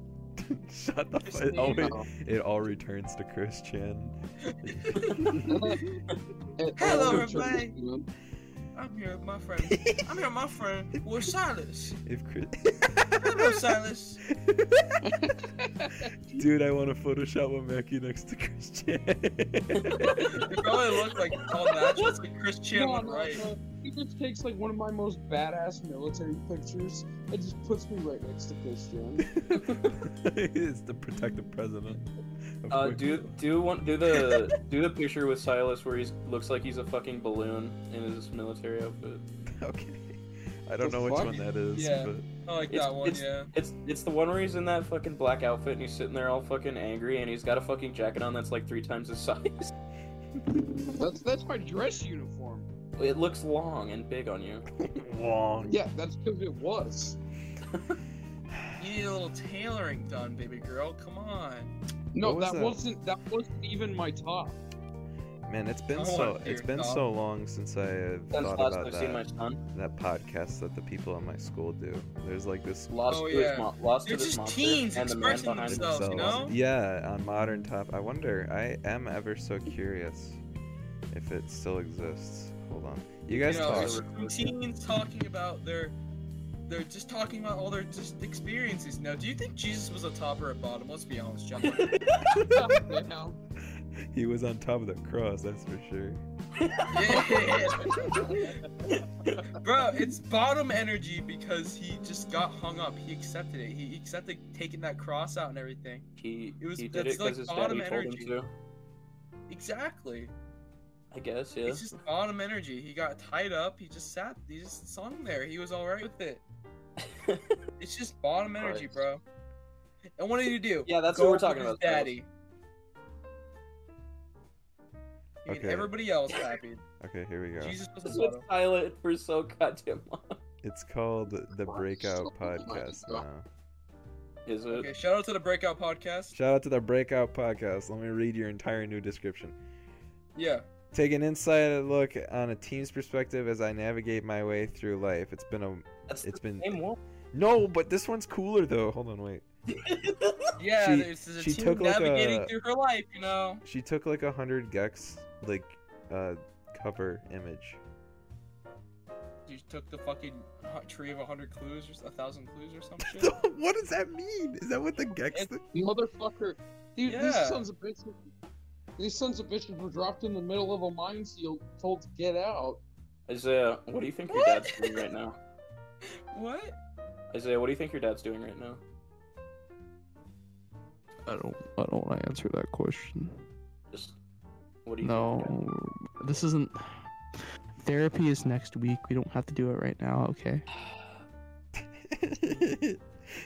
D: Shut the
A: His
D: fuck it always-
A: name-
D: It all returns to Christian. [laughs]
B: And- uh,
A: Hello,
B: and Richard,
A: everybody.
B: you know?
A: I'm here with my friend. I'm here with my
C: [laughs]
A: friend. We're Silas.
D: If Chris- [laughs]
A: Hello, Silas.
D: Dude, I want to Photoshop a Mackie next to [laughs] Christian.
A: It probably looks like all natural. It's like Chris Chandler,
B: No, no,
A: right?
B: no. He just takes like one of my most badass military pictures and just puts me right next to
D: [laughs]
B: Christian.
D: it's to protect the president. of
C: Uh,
D: course.
C: do do one do the
A: [laughs]
C: do the picture with Silas where he looks like he's a fucking balloon in his military outfit.
D: [laughs] Okay. I don't
B: The
D: know which
B: fuck?
D: one that is,
A: Yeah.
D: but
A: [laughs] Oh, I like
C: It's-
A: that one,
C: it's-
A: yeah.
C: It's it's the one where he's in that fucking black outfit and he's sitting there all fucking angry and he's got a fucking jacket on that's like three times his [laughs] size.
B: That's that's my dress uniform.
C: It looks long and big on you.
D: long.
B: Yeah, that's because it was.
A: You need a little tailoring done, baby girl. Come on.
B: No,
D: What was
B: that,
D: that?
B: wasn't that wasn't even my top.
D: Man, it's
A: I
D: been
A: don't
D: so
A: wanna hear
D: it's been
A: it, dog.
D: so long since I have
C: Since
D: thought
C: last
D: about
C: I've
D: that,
C: seen my son,
D: that podcast that the people in my school do. There's like this
C: lost
A: Oh,
C: to his
A: yeah.
C: mo- lost
A: They're
C: to this
A: just
C: monster
A: teens
C: and the man
A: expressing
C: behind him.
A: themselves. you know?
D: Yeah, on modern top. I wonder. I am ever so curious if it still exists. Hold on. You guys
A: you know,
D: talk.
A: there's some teens talking about their they're just talking about all their just experiences. Now, do you think Jesus was a top or a bottom? Let's be honest, gentlemen.
B: You know?
D: [laughs] He was on top of the cross, that's for sure.
A: yeah. Bro, it's bottom energy because he just got hung up. He accepted it. He accepted taking that cross out and everything.
C: He,
A: It was-
C: he did it
A: that's, like,
C: because his
A: bottom
C: daddy told him
A: energy.
C: to.
A: Exactly.
C: I guess, yeah. [laughs]
A: It's just bottom energy. He got tied up. He just sat. He just sung there. He was all right with it. It's just bottom energy,
C: Christ.
A: bro. And what did you do?
C: yeah, that's
A: Go
C: what we're
A: with
C: talking
A: his
C: about.
A: Daddy. You
D: Okay.
A: made everybody else
D: [laughs]
A: happy.
D: Okay, here we go.
A: Jesus was
C: This
A: a
C: was
A: bottom.
C: silent for so goddamn long.
D: It's called the
A: [laughs] Oh
D: Breakout Podcast now.
C: Is it?
A: Okay, shout out to the Breakout Podcast.
D: Shout out to the Breakout Podcast. Let me read your entire new description.
A: Yeah.
D: Take an inside look on a team's perspective as I navigate my way through life. It's been a
C: That's
D: it's been
C: the same one.
D: No, but this one's cooler though. Hold on, wait. [laughs]
A: Yeah,
D: She-
A: there's, there's a
D: she
A: team
D: took, like,
A: navigating
D: a-
A: through her life, you know.
D: She took like a hundred Gex like uh cover
A: [laughs]
D: image.
A: She took the fucking hu- tree of a hundred clues or s- a thousand clues or some shit.
D: [laughs] what
A: [laughs]
D: does that mean? Is that what the Gex
A: It-
D: thing-
B: Motherfucker. Dude,
A: Yeah.
B: these sons of bitches. These sons of bitches were dropped in the middle of a minefield, told to
D: [laughs]
B: get out.
C: Isaiah, what do you think your
A: What?
C: dad's doing right now?
A: What?
C: Isaiah, what do you think your dad's doing right now?
E: I don't. I don't want to answer that question.
C: Just what do you
E: No,
C: think? your dad-
E: this isn't. Therapy is next week. We don't have to do it right now. Okay.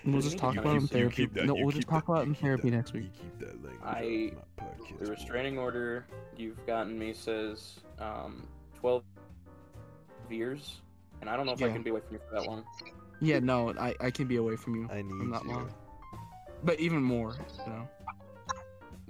E: We'll
C: You
E: just
C: need
E: talk
C: to
E: about it in
C: keep- you
E: therapy.
F: keep that-
E: no,
F: you
E: we'll just
F: keep
E: talk
F: that-
E: about it
F: you
E: in
F: keep
E: therapy
F: that-
E: next week.
F: You keep that language
C: I-
F: out of my podcast,
C: The
F: boy.
C: restraining order you've got in me says um, 12 years, and I don't know if I
E: Yeah.
C: can be away from you for that long.
E: Yeah, no, I, I can be away from you,
D: I need
E: not
D: you.
E: lying. but even more, you know.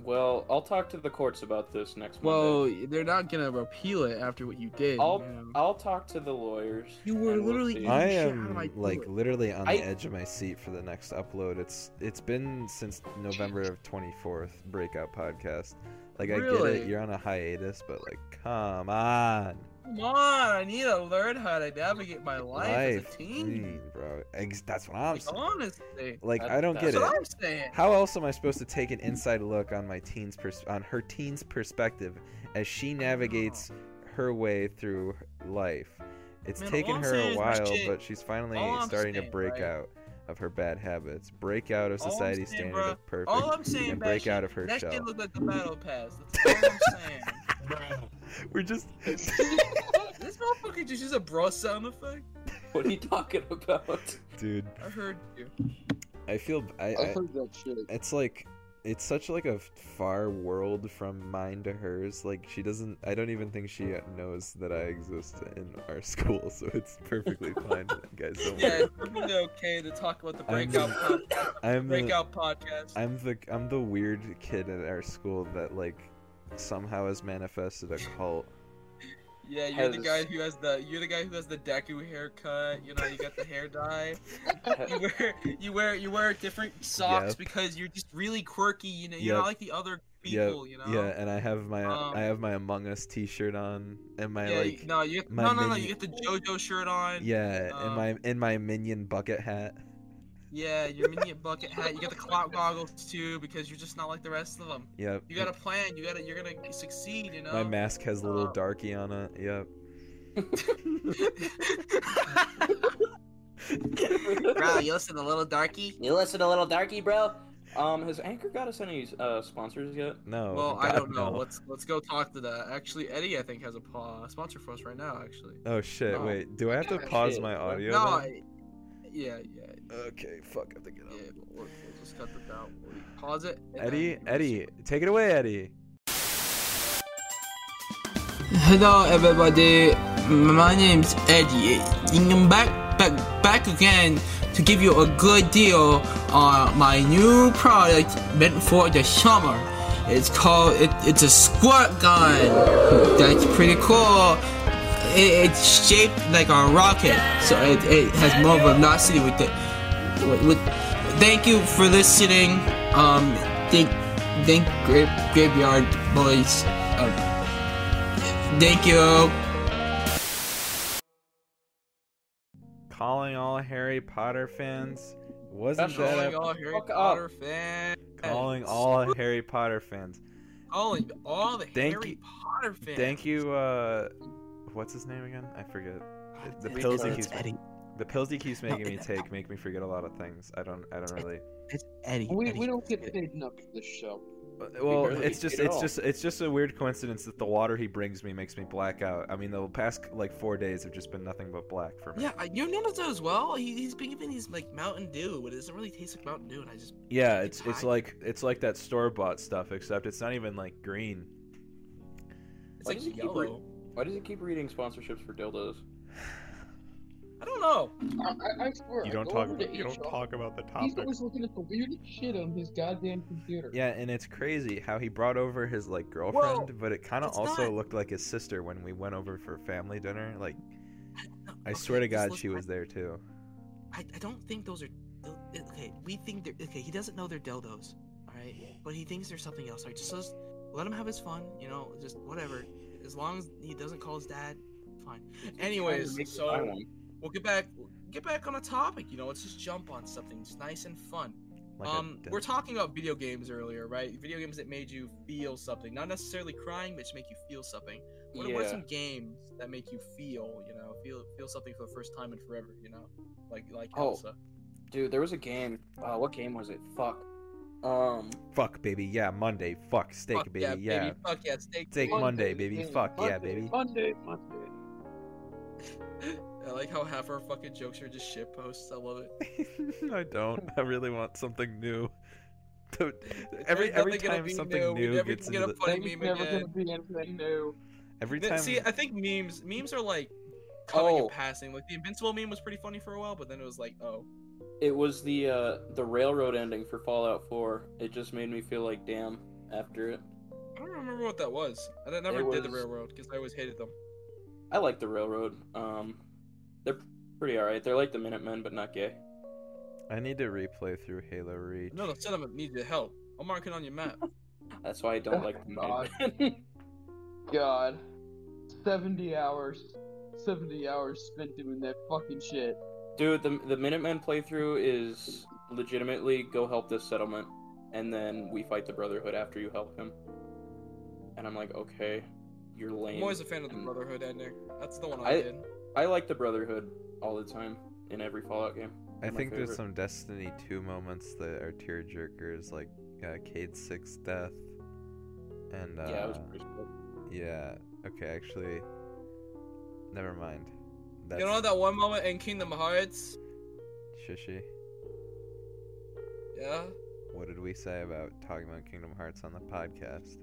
C: Well, I'll talk to the courts about this next
A: Well,
C: Monday.
A: they're not gonna repeal it after what you did.
C: I'll-
A: man.
C: I'll talk to the lawyers.
A: You were
C: and we'll
A: literally
C: see.
A: in-
D: I
A: shit, how do
D: am
A: I do
D: like
A: it?
D: literally on the
C: I-
D: edge of my seat for the next upload. It's it's been since November of 24th breakout podcast. Like I get it,
A: Really?
D: you're on a hiatus, but like come on,
A: Come on, I need to learn how to navigate my life, as a teen.
D: mm, bro. Ex- that's what I'm
A: Like,
D: saying.
A: honestly,
D: Like
C: That-
D: I don't
C: that's
D: get
A: that's
D: it.
A: what I'm saying.
D: How else am I supposed to take an inside look on my teen's pers- on her teen's perspective as she navigates her way through life? It's
A: Man, all
D: taken
A: I'm
D: her
A: saying
D: a
A: is my
D: while,
A: shit-
D: but she's finally
A: all I'm
D: starting to
A: saying,
D: break
A: right?
D: out of her bad habits, break out of
A: All I'm
D: society's
A: saying,
D: standard
A: bruh,
D: of perfect,
A: All I'm saying,
D: and break
A: Bastion,
D: out of her
A: that
D: shell.
A: shit looked like the battle pass. That's all I'm saying.
D: We're just
A: This motherfucker just used a bro sound effect.
C: [laughs] What are you talking [laughs] about?
D: dude.
A: I heard you.
D: I feel I,
B: I
D: I
B: heard that shit.
D: it's like it's such like a far world from mine to hers like she doesn't i don't even think she knows that i exist in our [laughs] school so it's perfectly fine guys don't
A: Yeah,
D: worry
A: it's perfectly okay to talk about the
D: I'm-
A: breakout podcast.
D: i'm the,
A: Breakout podcast.
D: i'm the i'm the weird kid at our school that like somehow has manifested a cult
A: Yeah, you're the
C: has-
A: guy who has the you're the guy who has the Deku haircut. You know, you got the hair dye. You wear you wear you wear different socks
D: Yep.
A: because you're just really quirky. You know, you're
D: Yep.
A: not like the other
D: Yeah,
A: people. You know.
D: yeah and i have my
A: Um,
D: i have my among us t-shirt on and my
A: Yeah,
D: like
A: no, you get,
D: my
A: no, no, no.
D: mini-
A: You get the JoJo shirt on. Yeah,
D: yeah
A: Um.
D: and my and my minion bucket hat
A: your minion bucket hat. You get the clock goggles too because you're just not like the rest of them.
D: yep
A: You got a plan. You gotta. You're gonna succeed. You know.
D: my
A: [laughs]
D: mask has a little
A: um,
D: darky on it yep
A: Bro, you listen to Little Darky?
C: You listen to Little Darky, bro. Um, has Anchor got us any uh, sponsors yet?
D: no
A: well, I
D: Oh, God,
A: don't know.
D: no.
A: Let's let's go talk to that. Actually, Eddie, I think has a paw sponsor for us right now. Actually.
D: Oh shit!
C: No.
D: Wait, do I have to
C: Yeah,
D: pause
C: shit.
D: my audio?
A: no.
D: then?
A: I, yeah, yeah,
D: Okay, fuck. I have to get up.
A: yeah. We'll, we'll just cut this out. We'll pause it. and then
D: Eddie,
A: we'll
D: Eddie, take it away, Eddie.
A: Hello, everybody. My name's Eddie. I'm back, back, back again to give you a good deal on my new product meant for the summer. It's called it, it's a squirt gun. That's pretty cool. It, it's shaped like a rocket, so it, it has more velocity with it. With, with thank you for listening. Um, thank, thank Gra- graveyard boys. Um, Thank you.
D: Calling all Harry Potter fans. Wasn't
C: That's
D: that
A: Calling
D: a-
A: all Harry
C: Fuck up.
A: Potter fans.
D: calling all Harry Potter fans?
A: Calling all the
D: Thank
A: Harry
D: you-
A: Potter fans.
D: Thank you. uh... What's his name again? I forget. The
E: It's
D: pills he
E: Eddie.
D: keeps
E: It's Eddie.
D: The pills he keeps
E: No,
D: making me
E: it-
D: take make me forget a lot of things. I don't. I don't really.
E: It's Eddie.
B: We,
E: Eddie.
B: we don't get paid enough for this show.
D: uh, Well,
C: barely
D: it's just
C: did it
D: it's
C: all.
D: just it's just a weird coincidence that the water he brings me makes me black out. I mean, the past like four days have just been nothing but black for me.
A: Yeah, I- you noticed that as well. He, he's been giving these like Mountain Dew, but it doesn't really taste like Mountain Dew, and I just
D: Yeah,
A: Like
D: it's it's
A: pie?
D: like it's like that store bought stuff, except it's not even like green.
A: it's
C: Why does he
A: like
C: keep re-
A: yellow.
C: Why does he keep reading sponsorships for dildos?
A: I don't know.
B: I, I, I swear.
F: You
B: I
F: don't
B: go
F: talk.
B: over to
F: About, you don't
B: HR,
F: talk about the
B: He's
F: topic.
B: always looking at the weirdest shit on his goddamn computer.
D: Yeah, and it's crazy how he brought over his like girlfriend, but it kind of
A: it's
D: also
A: not-
D: looked like his sister when we went over for family dinner. Like, I
A: Okay,
D: swear to
A: just
D: God,
A: listen,
D: she
A: I-
D: was there too.
A: I, I don't think those are. Okay, we think they're okay. He doesn't know they're dildos, all right? But he thinks they're something else. All right, just let, let him have his fun. You know, just whatever. As long as he doesn't call his dad, fine. Anyways, so
C: I want.
A: we'll get back get back on a topic you know let's just jump on something it's nice and fun
D: Like a
A: um, we're
D: dentist.
A: talking about video games earlier, right? Video games that made you feel something, not necessarily crying, but just make you feel something. What, what are
C: Yeah.
A: some games that make you feel, you know, feel feel something for the first time in forever, you know, like like
C: Oh.
A: Elsa.
C: Dude, there was a game. Uh, what game was it? Fuck. Um,
D: Fuck, baby. Yeah, Monday. Fuck, steak,
A: Fuck
D: baby.
A: yeah,
D: Yeah.
A: baby. Fuck yeah, steak.
D: Steak
A: baby.
D: Monday, baby. Fuck yeah, baby.
B: Monday, Monday.
A: [laughs] I like how half our fucking jokes are just shit posts. I love it.
D: [laughs] I don't. I really want something new. [laughs] Dude, every
A: There's
D: every
A: nothing gonna
D: time
A: be
D: something
A: new.
D: new,
A: We never
D: gets
A: can
D: into
A: get a
D: the,
A: funny
B: That is
A: meme
B: never
A: again.
B: gonna be anything new.
D: every
A: Th-
D: time.
A: See, I think memes memes are like coming
C: Oh.
A: and passing. Like the Invincible meme was pretty funny for a while, but then it was like, oh,
C: it was the uh, the railroad ending for Fallout 4. It just made me feel like damn after it.
A: I don't remember what that was. I d- never
C: It
A: did the
C: was-
A: railroad because I always hated them.
C: I like the railroad. Um, they're pretty alright. They're like the Minutemen, but not gay.
D: I need to replay through Halo Reach.
A: No, the settlement needs your help. I'm marking on your map.
C: That's why I don't
B: Oh,
C: like the
B: God.
C: Minutemen. [laughs]
B: God. 70 hours. 70 hours spent doing that fucking shit.
C: Dude, the the Minutemen playthrough is legitimately go help this settlement, and then we fight the Brotherhood after you help him. And I'm like, okay, you're lame.
A: I'm always a fan of the
C: And
A: Brotherhood ending. That's the one I,
C: I-
A: did.
C: I like the Brotherhood all the time in every Fallout game.
D: I
C: They're my
D: think there's
C: favorite.
D: some Destiny 2 moments that are tearjerkers, like uh, Cade 6 death. And, uh,
C: yeah, it was pretty cool.
D: yeah. Okay, actually. Never mind. That's
A: You know that one moment in Kingdom Hearts?
D: Shishi.
A: Yeah. [gasps]
D: What did we say about talking about Kingdom Hearts on the podcast?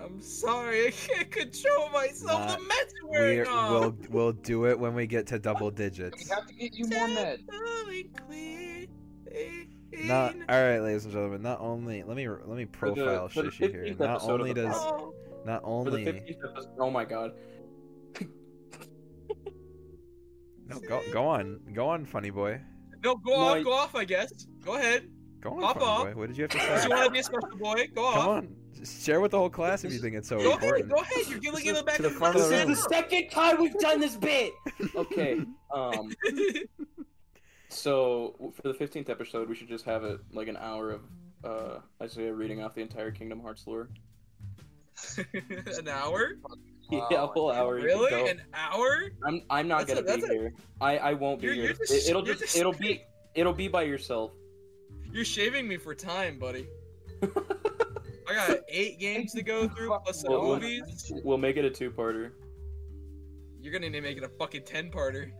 A: I'm sorry, I can't control myself.
D: Nah,
A: the meds are
D: We're,
A: wearing off.
D: we'll we'll do it when we get to double
B: We
D: digits.
B: have to get
D: [laughs]
B: you more meds.
D: Not all right, ladies and gentlemen. Not only let me let me
C: For the-
D: profile
C: for the
D: Shishi here.
C: 15th
D: Not
C: episode of
D: only
C: the
D: does
C: podcast.
A: Oh,
D: not
C: For the
D: only
C: 50th episode, oh my god.
A: [laughs]
D: no go go on go on funny boy
A: no, go
C: No,
A: off,
C: I-
A: go off. I guess. Go ahead.
D: go on
A: Pop
D: funny
A: off.
D: boy. What did you have to
A: If
D: say?
A: you want to be a special boy, go
D: Come
A: off.
D: on, just share with the whole class if you think it's so
A: Go ahead,
D: important.
A: go ahead. You're gonna get it back
D: [laughs]
C: to the
A: in
C: front of the
A: the
C: room. second time we've done this bit. [laughs] Okay. Um.
A: room.
C: So w- for the 15th episode, we should just have it like an hour of uh Isaiah reading off the entire Kingdom Hearts lore.
A: [laughs] An hour?
C: [laughs] yeah, a whole hour. you could go.
A: Really? An hour?
C: I'm I'm not
A: That's a-
C: gonna be
A: that's a-
C: here. I I won't be
A: You're-
C: here.
A: you're just-
C: it, will
A: you're
C: just,
A: just-
C: it'll be it'll be by yourself.
A: You're shaving me for time, buddy. I got eight games to go through plus the
C: Well, well-
A: movies.
C: We'll make it a two-parter.
A: You're gonna need to make it a fucking ten parter.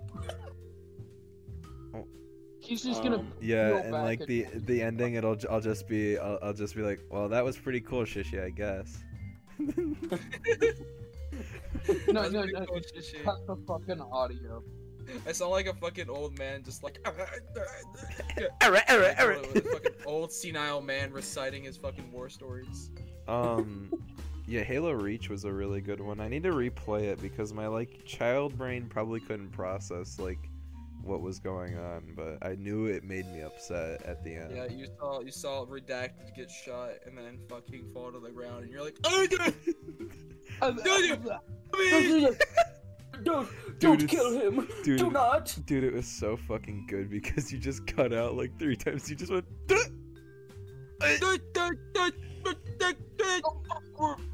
B: He's just gonna.
C: Um,
D: Yeah,
B: Go
D: and
B: back
D: like
B: and-
D: the the ending, it'll j- I'll just be I'll, I'll just be like, well, that was pretty cool, Shishi, I guess.
B: no,
A: That's
B: no,
A: pretty
B: no.
A: cool shit, shit.
B: Cut the fucking
A: [laughs]
B: audio.
A: I sound like a fucking old man, just like [laughs]
D: Alright, alright,
A: Like, with a fucking old senile man reciting his fucking war stories.
D: Um, [laughs] yeah, Halo Reach was a really good one. I need to replay it because my like child brain probably couldn't process like what was going on, but I knew it made me upset at the end.
A: Yeah, you saw you saw redacted get shot and then fucking fall to the ground, and you're like, oh god, me!
C: [laughs] Don't
D: don't Dude, kill
C: him.
D: Dude, it-
C: not.
D: dude, it was so fucking good because you just cut out like three times. You just went.
A: [laughs]
B: [laughs]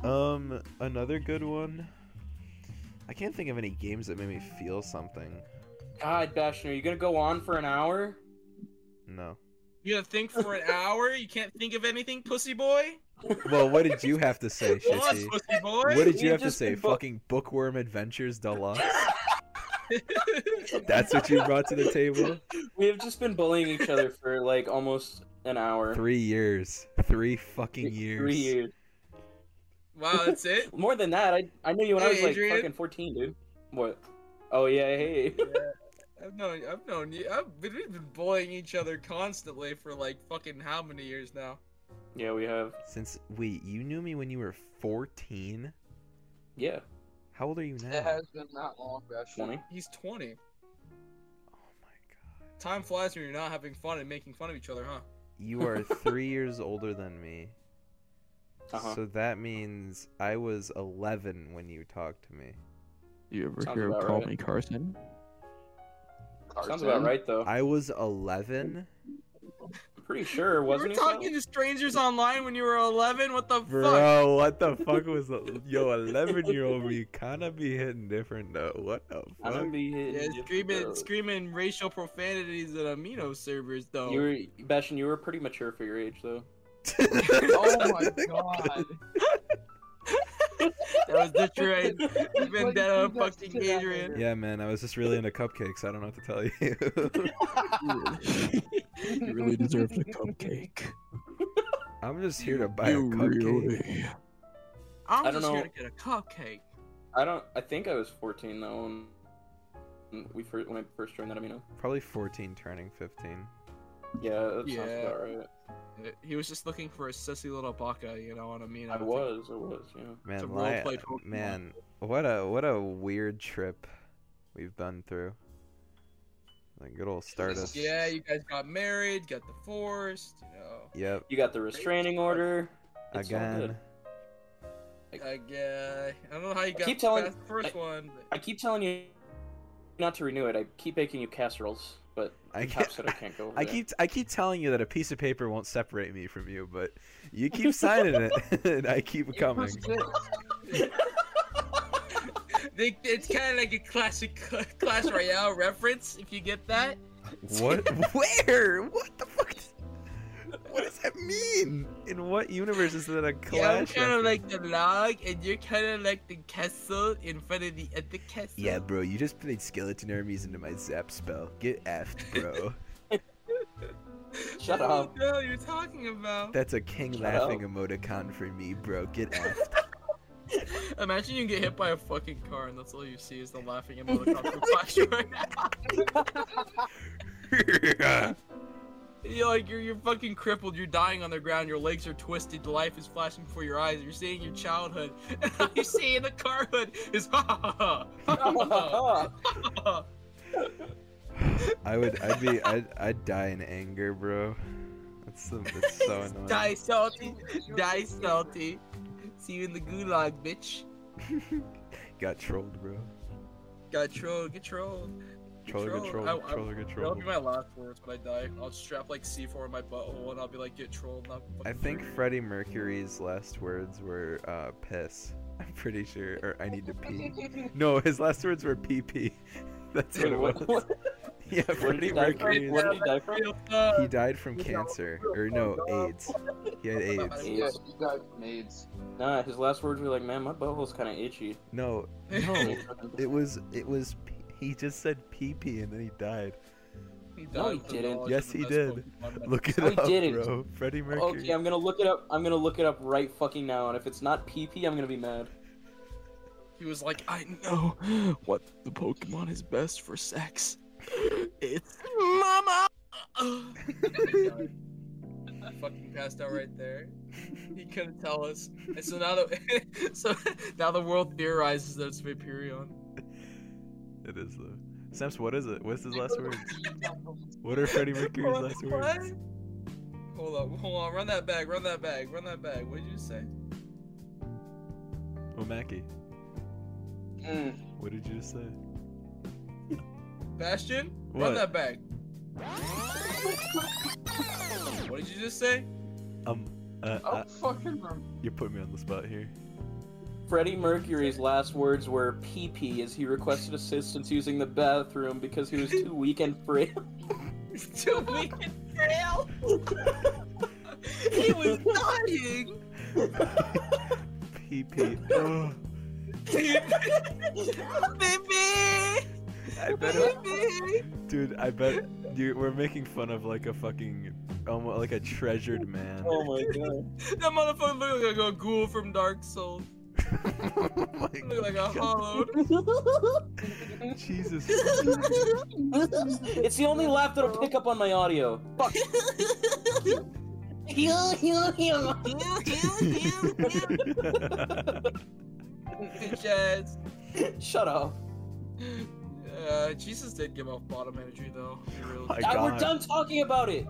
D: Um, another good one. I can't think of any games that made me feel something.
C: God, Bastion, are you gonna go on for an hour?
D: No.
A: You gonna think for an hour? You can't think of anything, pussy boy.
D: Well, what did you have to
C: [laughs]
D: say,
A: Come on,
D: Shishi?
A: pussy boy.
D: What did
C: You've
D: you have to
C: just
D: say?
C: been bu-
D: Fucking Bookworm Adventures Deluxe?
A: [laughs]
D: That's what you brought to the
C: [laughs]
D: table?
C: We have just been bullying each other for like almost an hour.
D: Three years. Three fucking years.
C: Three years.
A: wow, that's it.
C: More than that, I I knew you when I
A: Hey,
C: was like
A: Adrian.
C: fucking 14, dude. What? Oh yeah, hey. [laughs]
A: I've known, I've known you. I've, we've been bullying each other constantly for like fucking how many years now?
C: Yeah, we have.
D: Since, wait, you knew me when you were 14?
C: Yeah,
D: How old are you
B: It
D: now?
B: has been that long, Bastion.
C: 20.
A: He's 20.
D: Oh my god.
A: Time flies when you're not having fun and making fun of each other, huh?
D: You are three years older than me.
C: Uh-huh.
D: So that means I was 11 when you talked to me.
E: You ever
C: Sounds
E: hear him
C: about
E: call
C: right.
E: me Carson?
C: Sounds about right though.
D: I was 11?
C: Pretty sure,
A: You
C: wasn't
A: were
C: he?
A: talking
C: Sal?
A: to strangers online when you were 11. What the fuck?
D: Bro, what the fuck was the yo eleven year old? You kind of be hitting different though. What the
C: I'm gonna
D: fuck?
C: be
A: Yeah,
C: hitting.
A: screaming, screaming racial profanities at amino servers though.
C: You were, Bastion, you were pretty mature for your age, though.
B: Oh
D: [laughs]
B: my god.
A: That was the [laughs] trend.
B: He's
A: Even
B: like,
A: that
B: do that
A: fucking
B: to that
A: Adrian.
B: nigga.
D: Yeah, man, I was just really into cupcakes. I don't know what to tell you. [laughs]
E: [laughs] you really deserved a
B: [laughs]
E: cupcake.
D: I'm just here to buy
E: you
D: a cupcake. [laughs]
E: really.
A: I'm
C: I
A: just
C: don't
A: here
C: know.
A: to get a cupcake.
C: I don't. I think I was 14 though. When we first, when I first joined that amino.
D: Probably 14, turning 15.
C: Yeah, that sounds
A: Yeah.
C: about right.
A: Uh, He was just looking for a sissy little baka, you know what I mean?
C: I was. I was. Yeah.
A: a
D: Man,
A: role
D: li-
A: play Pokemon.
D: man, what a what a weird trip we've been through. Like good old Stardust.
A: Yeah, you guys got married, got divorced, you know.
D: Yep.
C: You got the restraining order. It's all
D: Again.
C: good.
A: Like, uh, I don't know how you got
C: keep telling-
A: past the first
C: I-
A: one. But
C: I keep telling you not to renew it. I keep baking you casseroles, but
D: I
C: the
D: ca-
C: cop said I can't go. Over
D: I
C: there. [laughs]
D: keep I keep telling you that a piece of paper won't separate me from you, but
A: [laughs]
D: you keep signing it, [laughs] and I keep coming.
A: [laughs] They- it's kind of like a classic Clash Royale reference, if you get that.
D: What? Where? What the fuck? Does, what does that mean? In what universe is that a
A: [laughs] yeah, I'm
D: clash?
A: kind of
D: reference?
A: like the log, and you're kind of like the castle in front of the other castle. [laughs]
D: Yeah, bro, you just played skeleton armies into my zap spell. Get effed,
A: [laughs]
D: bro.
C: Shut
A: I don't
C: up.
A: know what you're talking about.
D: That's a king
C: Shut
D: laughing
C: up.
D: emoticon for me,
A: [laughs]
D: bro. Get effed.
A: Imagine you get hit by a fucking car, and that's all you see is the laughing emoticon from Clash Royale. [laughs] You're like you're, you're fucking crippled. You're dying on the ground. Your legs are twisted. Life is flashing before your eyes. You're seeing your childhood. [laughs] And all you see in the car hood is [laughs] ha ha ha, ha ha ha. ha."
D: I would, I'd be, I'd, I'd die in anger, bro. That's so, that's so
A: [laughs]
D: annoying.
A: Die salty, die salty. See you in the gulag, bitch.
D: Got trolled, bro.
A: Got trolled, get trolled. Get
D: Troller get
A: trolled.
D: trolled.
A: I- I-
D: troller get
A: That'll
D: trolled.
A: be my last words when I die. I'll strap like C4 in my butthole and I'll be like, get trolled. Not
D: I think Freddie Mercury's last words were uh, piss. [laughs] I'm pretty sure, or I need to pee. No, his last words were pee pee. [laughs] That's what
C: Wait,
D: it
C: what,
D: was.
C: what,
D: Yeah,
C: what did
D: Freddie
C: he die from?
D: Mercury.
C: What did he die from?
A: uh,
D: He died from cancer, or no, AIDS. He had AIDS.
B: Yes, you guys maids.
C: Nah, his last words were like, "Man, my butthole's kind of
D: [laughs]
C: itchy."
D: No, no. It was, it was. p- He just said pee pee, and then he died.
C: No, he didn't.
D: Yes, he did. Look it
C: No, he
D: up,
C: didn't.
D: bro. Freddie Mercury.
C: Okay, I'm gonna look it up. I'm gonna look it up right fucking now, and if it's not PP, I'm gonna be mad.
A: He was like, I know.
E: No, [laughs] what the Pokemon is best for sex? [laughs] It's Mama.
A: I fucking passed out right there. He couldn't tell us. And so now the [laughs] so now the world theorizes that it's Vaporeon.
D: It is though. Sam's, what is it? What's his last words? What are Freddie Mercury's
A: What?
D: last words?
A: Hold up, hold on, run that back, run that back, run that back. What did you say?
D: Omaki,
B: Mm.
D: what did you just say?
A: Bastion?
D: What?
A: Run that back. What did you just say?
D: Um, uh,
B: Oh,
D: uh,
B: fucking rem-
D: you put me on the spot here.
C: Freddie Mercury's last words were PP as he requested assistance using the bathroom because he was too weak and frail. [laughs]
A: It's too weak and frail. he was dying.
D: PP. Oh,
A: Baby!
D: [laughs] I bet, it,
A: Baby!
D: dude. I bet you. We're making fun of like a fucking, almost like a treasured man. [laughs]
C: Oh my god.
A: That motherfucker looked like a ghoul from Dark Souls.
D: Oh my
A: Looked like a hollowed.
C: [laughs]
D: God, Jesus.
C: [laughs] It's the only laugh that'll pick up on my audio. Fuck.
A: [laughs] Bitch ass.
C: Shut up.
A: Uh, Jesus did give off bottom energy though. He really
D: My
A: did.
C: God, we're
D: God.
C: done talking about it.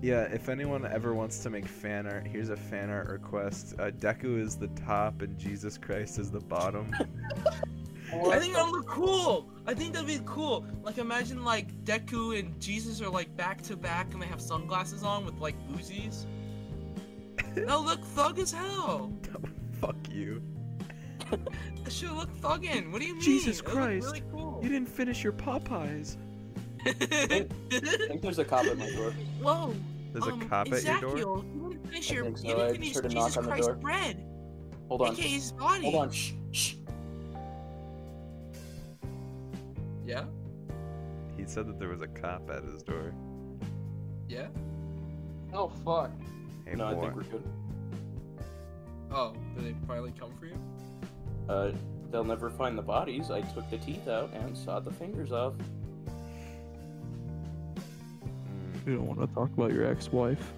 D: yeah, if anyone ever wants to make fan art, here's a fan [laughs] art request. Uh, Deku is the top and Jesus Christ is the bottom.
A: I think that'll look cool. I think that'd be cool. Like imagine like Deku and Jesus are like back to back and they have sunglasses on with like
D: [laughs]
A: boozies. That'll look thug as hell.
D: Fuck you.
A: That should look thuggin'. What do you mean?
E: Jesus
A: It'll look Really cool.
E: You didn't finish your Popeyes.
C: I think there's a cop at my door.
A: [laughs] Whoa.
D: There's
A: um,
D: a cop at
A: Ezekiel,
D: your door?
A: You didn't finish
C: I
A: your.
C: think so.
A: You
C: I
A: didn't finish
C: just heard a
A: Jesus
C: knock on the
A: Christ
C: door.
A: bread.
C: Hold on.
A: AKA his body.
C: Hold on. Shh. Shh.
A: Yeah.
D: He said that there was a cop at his door.
A: Yeah.
B: Oh fuck.
D: Hey,
C: no, I
D: boy.
C: think we're good.
A: Oh, did they finally come for you?
C: Uh, they'll never find the bodies. I took the teeth out and sawed the fingers off.
D: Mm,
E: We don't want to talk about your ex-wife.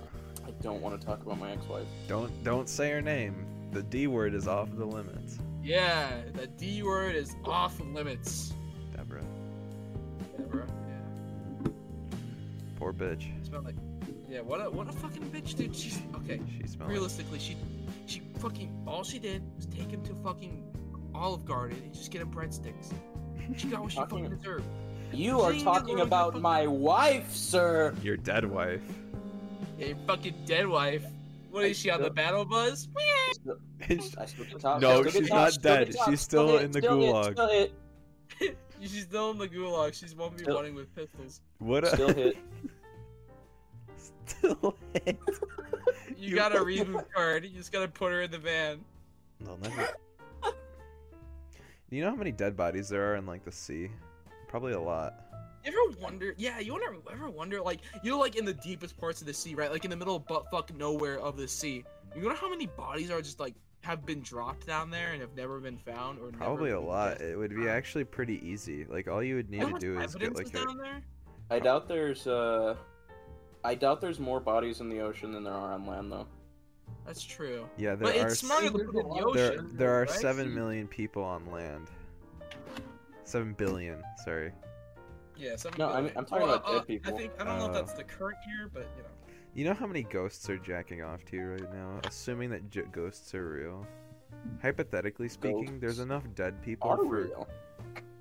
C: I don't want to talk about my ex-wife.
D: Don't don't say her name. The D word is off the limits.
A: Yeah. The D word is off limits.
D: Deborah.
A: Yeah, bro. Yeah.
D: Poor bitch.
A: It's about like, yeah, what a what a fucking bitch, dude. She's okay.
D: She smells.
A: Realistically, she she fucking all she did was take him to fucking Olive Garden and just get him breadsticks. She got what she
C: Talking-
A: fucking deserved.
C: You are
A: Zing,
C: talking
A: everyone,
C: about
A: fuck-
C: my wife, sir.
D: Your dead wife. [laughs]
A: Yeah, your fucking dead wife. What is she on the battle buzz? [laughs]
C: I still get top.
D: No,
C: I still get
D: she's
C: top,
D: not
C: still get
D: dead.
C: top,
D: She's
C: still
D: still
C: it,
D: in the
C: still it,
D: gulag.
C: Still hit.
A: She's still in the gulag. She's one v oneing with pistols.
D: What a
C: Still
D: [laughs]
C: hit.
D: Still hit.
A: You got a reboot card. You just gotta put her in the van.
D: They'll never. you know how many dead bodies there are in like the sea? Probably a lot.
A: You ever wonder? Yeah, you ever ever wonder? Like you're like in the deepest parts of the sea, right? Like in the middle of butt fuck nowhere of the sea. You wonder how many bodies are just like have been dropped down there and have never been found, or never
D: Probably a
A: been
D: lot.
A: tested?
D: It would be actually pretty easy. Like all you would
A: You know
D: need
A: how
D: to
A: much
D: do is get
A: evidence
D: like
A: is
D: a.
A: down there.
C: I doubt there's uh, I doubt there's more bodies in the ocean than there are on land, though.
A: That's true.
D: Yeah, there
A: But
D: are.
A: it's smarter
D: s-
A: to put it in the
D: There,
A: ocean.
D: there are
A: right?
D: seven million people on land. Seven billion. Sorry.
A: Yeah, seven.
C: No, I'm-
A: billion.
C: I'm talking
A: Well,
C: about
A: uh,
C: dead
A: uh,
C: people.
A: I think I don't know if
D: Oh.
A: that's the current year, but you know.
D: You know how many ghosts are jacking off to you right now? Assuming that j- ghosts are real. Hypothetically speaking, there's
C: Ghosts
D: enough dead
A: Oh,
D: people
C: Are
D: for.
C: real.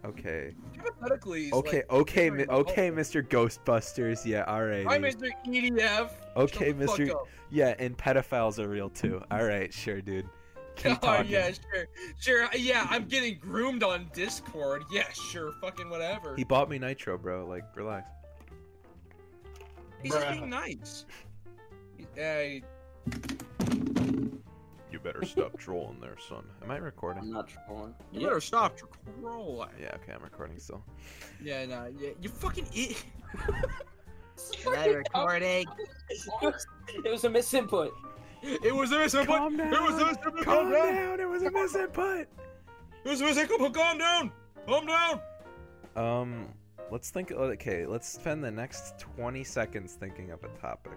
D: Okay.
A: Hypothetically, he's
D: Okay.
A: like,
D: Okay.
A: different
D: Mi-
A: about-
D: okay, Mr. Ghostbusters. Yeah. All
A: Hi,
D: right.
A: Mr. EDF.
D: Okay,
A: E Shut the fuck
D: Mr.
A: up.
D: Yeah, and pedophiles are real too. All right. Sure, dude. Keep
A: [laughs] oh
D: talking.
A: yeah, sure, sure. Yeah, I'm getting groomed on Discord. Yeah, sure, fucking whatever.
D: He bought me nitro, bro. Like, relax.
A: He's just
B: Bruh.
A: being nice. Hey,
D: You better stop trolling there, son. Am I recording?
C: I'm not trolling.
A: you
C: Yeah.
A: better stop your crawling.
D: Yeah, okay, I'm recording still.
A: Yeah, nah, yeah, you fucking e-, it.
C: [laughs] It was a misinput.
A: [laughs] It was a misinput.
D: Calm down.
A: It was a misinput.
D: Calm
A: Calm down.
D: down. It was a misinput.
A: It was a misinput. Calm down. Calm down.
D: Um, let's think. Okay, let's spend the next 20 seconds thinking of a topic.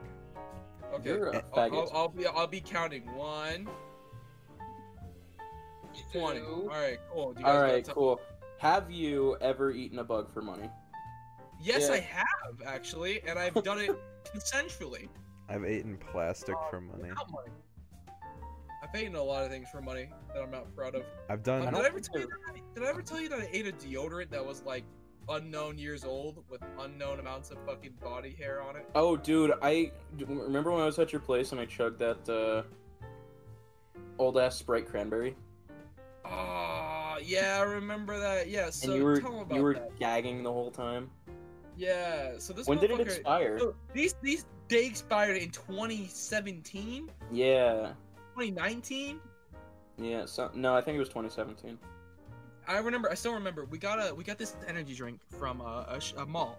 A: Okay, Oh,
C: You're a
D: I'll-
A: I'll, I'll,
C: faggot.
A: I'll be I'll be counting one, twenty. All
B: Two.
A: right, cool. Do you guys
C: All
A: got
C: right,
A: time?
C: cool. Have you ever eaten a bug for money?
A: Yes,
C: Yeah.
A: I have actually, and I've done
C: [laughs]
A: it consensually.
D: I've eaten plastic for money.
A: Not money. I've eaten a lot of things for money that I'm not proud of.
D: I've
A: Um,
D: done.
A: did, I
C: don't
A: ever tell you
C: think
A: that I, did I ever tell you that I ate a deodorant that was like unknown years old with unknown amounts of fucking body hair on it?
C: Oh, dude, I d- remember when I was at your place and I chugged that uh, old ass Sprite cranberry,
A: Ah, yeah, I remember that. Yeah, so
C: and you were
A: tell them about
C: you were
A: that.
C: gagging the whole time.
A: Yeah, so this
C: when did it
A: motherfucker- Oh.
C: expire?
A: So these these they expired in 2017,
C: Yeah,
A: 2019.
C: yeah. So, no, I think it was 2017.
A: I remember. I still remember. We got a we got this energy drink from a, a, sh- a mall,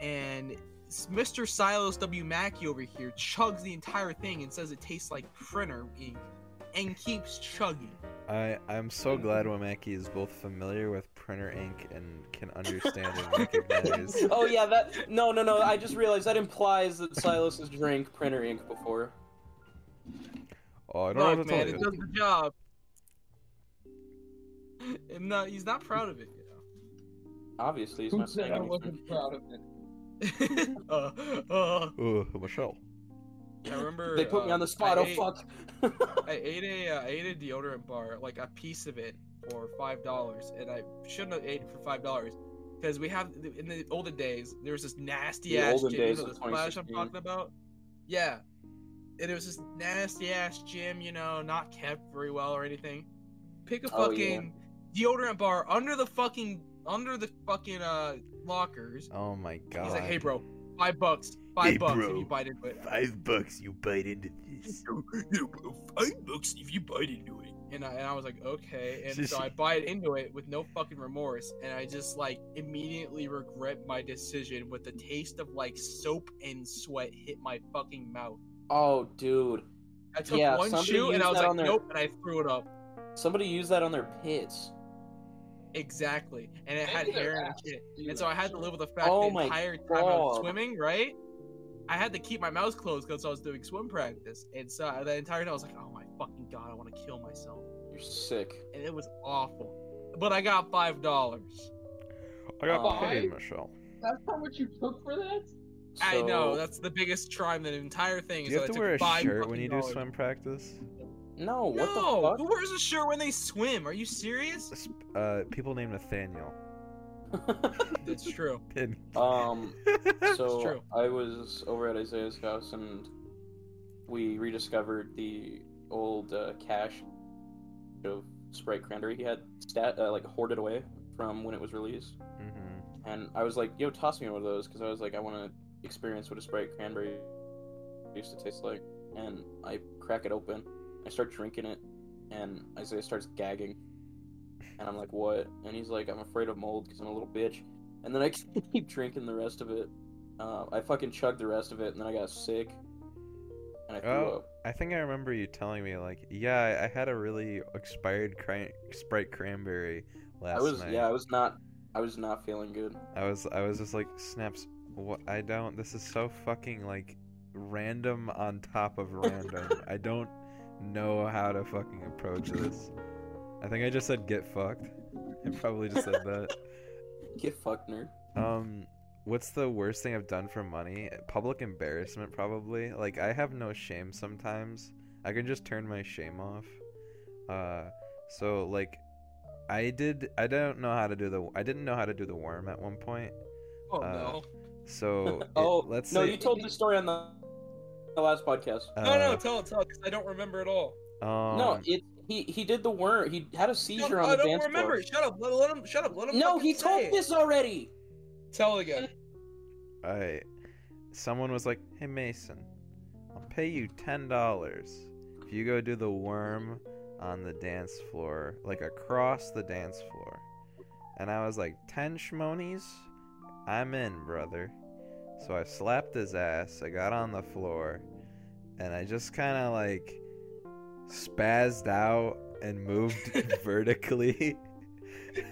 A: and s- Mr. Silas W. Mackey over here chugs the entire thing and says it tastes like printer ink, and keeps chugging.
D: I I'm so glad Wamaki is both familiar with printer ink and can understand and recognize.
A: [laughs]
C: oh yeah, that. No, no, no. I just realized that implies that Silas has drank printer ink before.
D: Oh, I don't know
A: Look,
D: what to tell
A: man, it
D: you.
A: does the job. [laughs] And no, he's not proud of it. You
C: Obviously, he's
B: Who
C: not
B: said
C: saying
B: I
C: anything.
B: wasn't proud of it?
A: know. [laughs] uh, uh,
D: Ooh, Michelle.
A: I remember
C: They put me
A: uh,
C: on the spot.
A: I
C: Oh
A: ate-
C: fuck.
A: I ate a uh, I ate a deodorant bar, like a piece of it, for five dollars, and I shouldn't have ate it for five dollars because we have in the olden days there was this nasty
C: The
A: ass
C: olden
A: gym. You
C: days
A: know the
C: of
A: splash I'm
C: 2016.
A: talking about? Yeah, and it was this nasty ass gym, you know, not kept very well or anything. Pick a
C: Oh, yeah.
A: fucking deodorant bar under the fucking under the fucking uh lockers.
D: Oh my god.
A: He's like, hey bro, five bucks, five
D: Hey,
A: bucks
D: bro.
A: if you bite into it.
D: Five bucks, you bite into this.
A: five bucks uh, if you bite into it. And I, and I was like, okay. [laughs] And
D: Just-
A: so I bite into it with no fucking remorse. And I just like immediately regret my decision with the taste of like soap and sweat hit my fucking mouth.
C: Oh, dude.
A: I took
C: Yeah,
A: one
C: somebody
A: chew and
C: used
A: I was
C: that
A: like,
C: on their-
A: nope. And I threw it up.
C: Somebody used that on their pits.
A: Exactly. And it had
B: Maybe they're
A: hair and
B: ass.
A: shit.
B: You
A: And so I had to live with the fact
C: Oh
A: the
C: my
A: entire time I was
C: God.
A: swimming, right? I had to keep my mouth closed because I was doing swim practice. And so uh, the entire time I was like, oh my fucking god, I want to kill myself.
C: You're sick.
A: And it was awful. But I got $5. dollars.
D: I got
C: Aw.
D: paid, Michelle.
B: That's how much you took for that?
A: I know,
C: So-
A: that's the biggest crime in the entire thing.
D: Do
A: is
D: you
A: that I
D: have to
A: took
D: wear a
A: five
D: shirt
A: fucking
D: when you do
A: dollars.
D: swim practice?
C: No, what
A: no,
C: the fuck?
A: who wears a shirt when they swim? Are you
D: [laughs]
A: serious?
D: Sp- Uh, people named Nathaniel. [laughs]
A: [laughs] That's true.
D: Pin- [laughs]
C: Um,
A: It's
C: so
A: true.
C: I was over at Isaiah's house and we rediscovered the old uh, cache of Sprite Cranberry he had stat uh, like hoarded away from when it was released.
D: Mhm.
C: And I was like, "Yo, toss me one of those," because I was like, I want to experience what a Sprite Cranberry used to taste like. And I crack it open, I start drinking it, and Isaiah starts gagging. And I'm like, "What?" And he's like, "I'm afraid of mold because I'm a little bitch." And then I [laughs] keep drinking the rest of it. Uh, I fucking chugged the rest of it, and then I got sick, and I threw
D: Oh.
C: up.
D: I think I remember you telling me, like, yeah, I- I had a really expired cran- Sprite cranberry last
C: I was
D: night.
C: yeah, I was not, I was not feeling good.
D: I was I was just like snaps what I don't this is so fucking like random on top
C: [laughs]
D: of random. I don't know how to fucking approach this. I think I just said get fucked. I probably just said that.
C: Get fucked, nerd.
D: Um what's the worst thing I've done for money? Public embarrassment probably. Like I have no shame sometimes. I can just turn my shame off. Uh so like I did I don't know how to do the I didn't know how to do the worm at one point.
A: Oh
D: Uh,
A: no.
C: [laughs]
D: So it-
C: Oh
D: let's
C: no,
D: say
C: you told the story on the, the last podcast.
A: no, no,
D: uh,
A: tell, tell, because I don't remember at all.
D: um,
C: no, it he he did the worm. He had a
A: Shut
C: seizure
A: up,
C: on
A: I
C: the
A: don't
C: dance
A: remember.
C: floor.
A: Shut up. Let, let him. Shut up. Let him.
C: No,
A: fucking
C: he
A: say
C: told
A: it.
C: this already.
A: Tell again.
D: I, someone was like, "Hey Mason, I'll pay you ten dollars if you go do the worm on the dance floor, like across the dance floor." And I was like, 10 schmonies? I'm in, brother." So I slapped his ass. I got on the floor, and I just kind of like spazzed out and moved [laughs] vertically.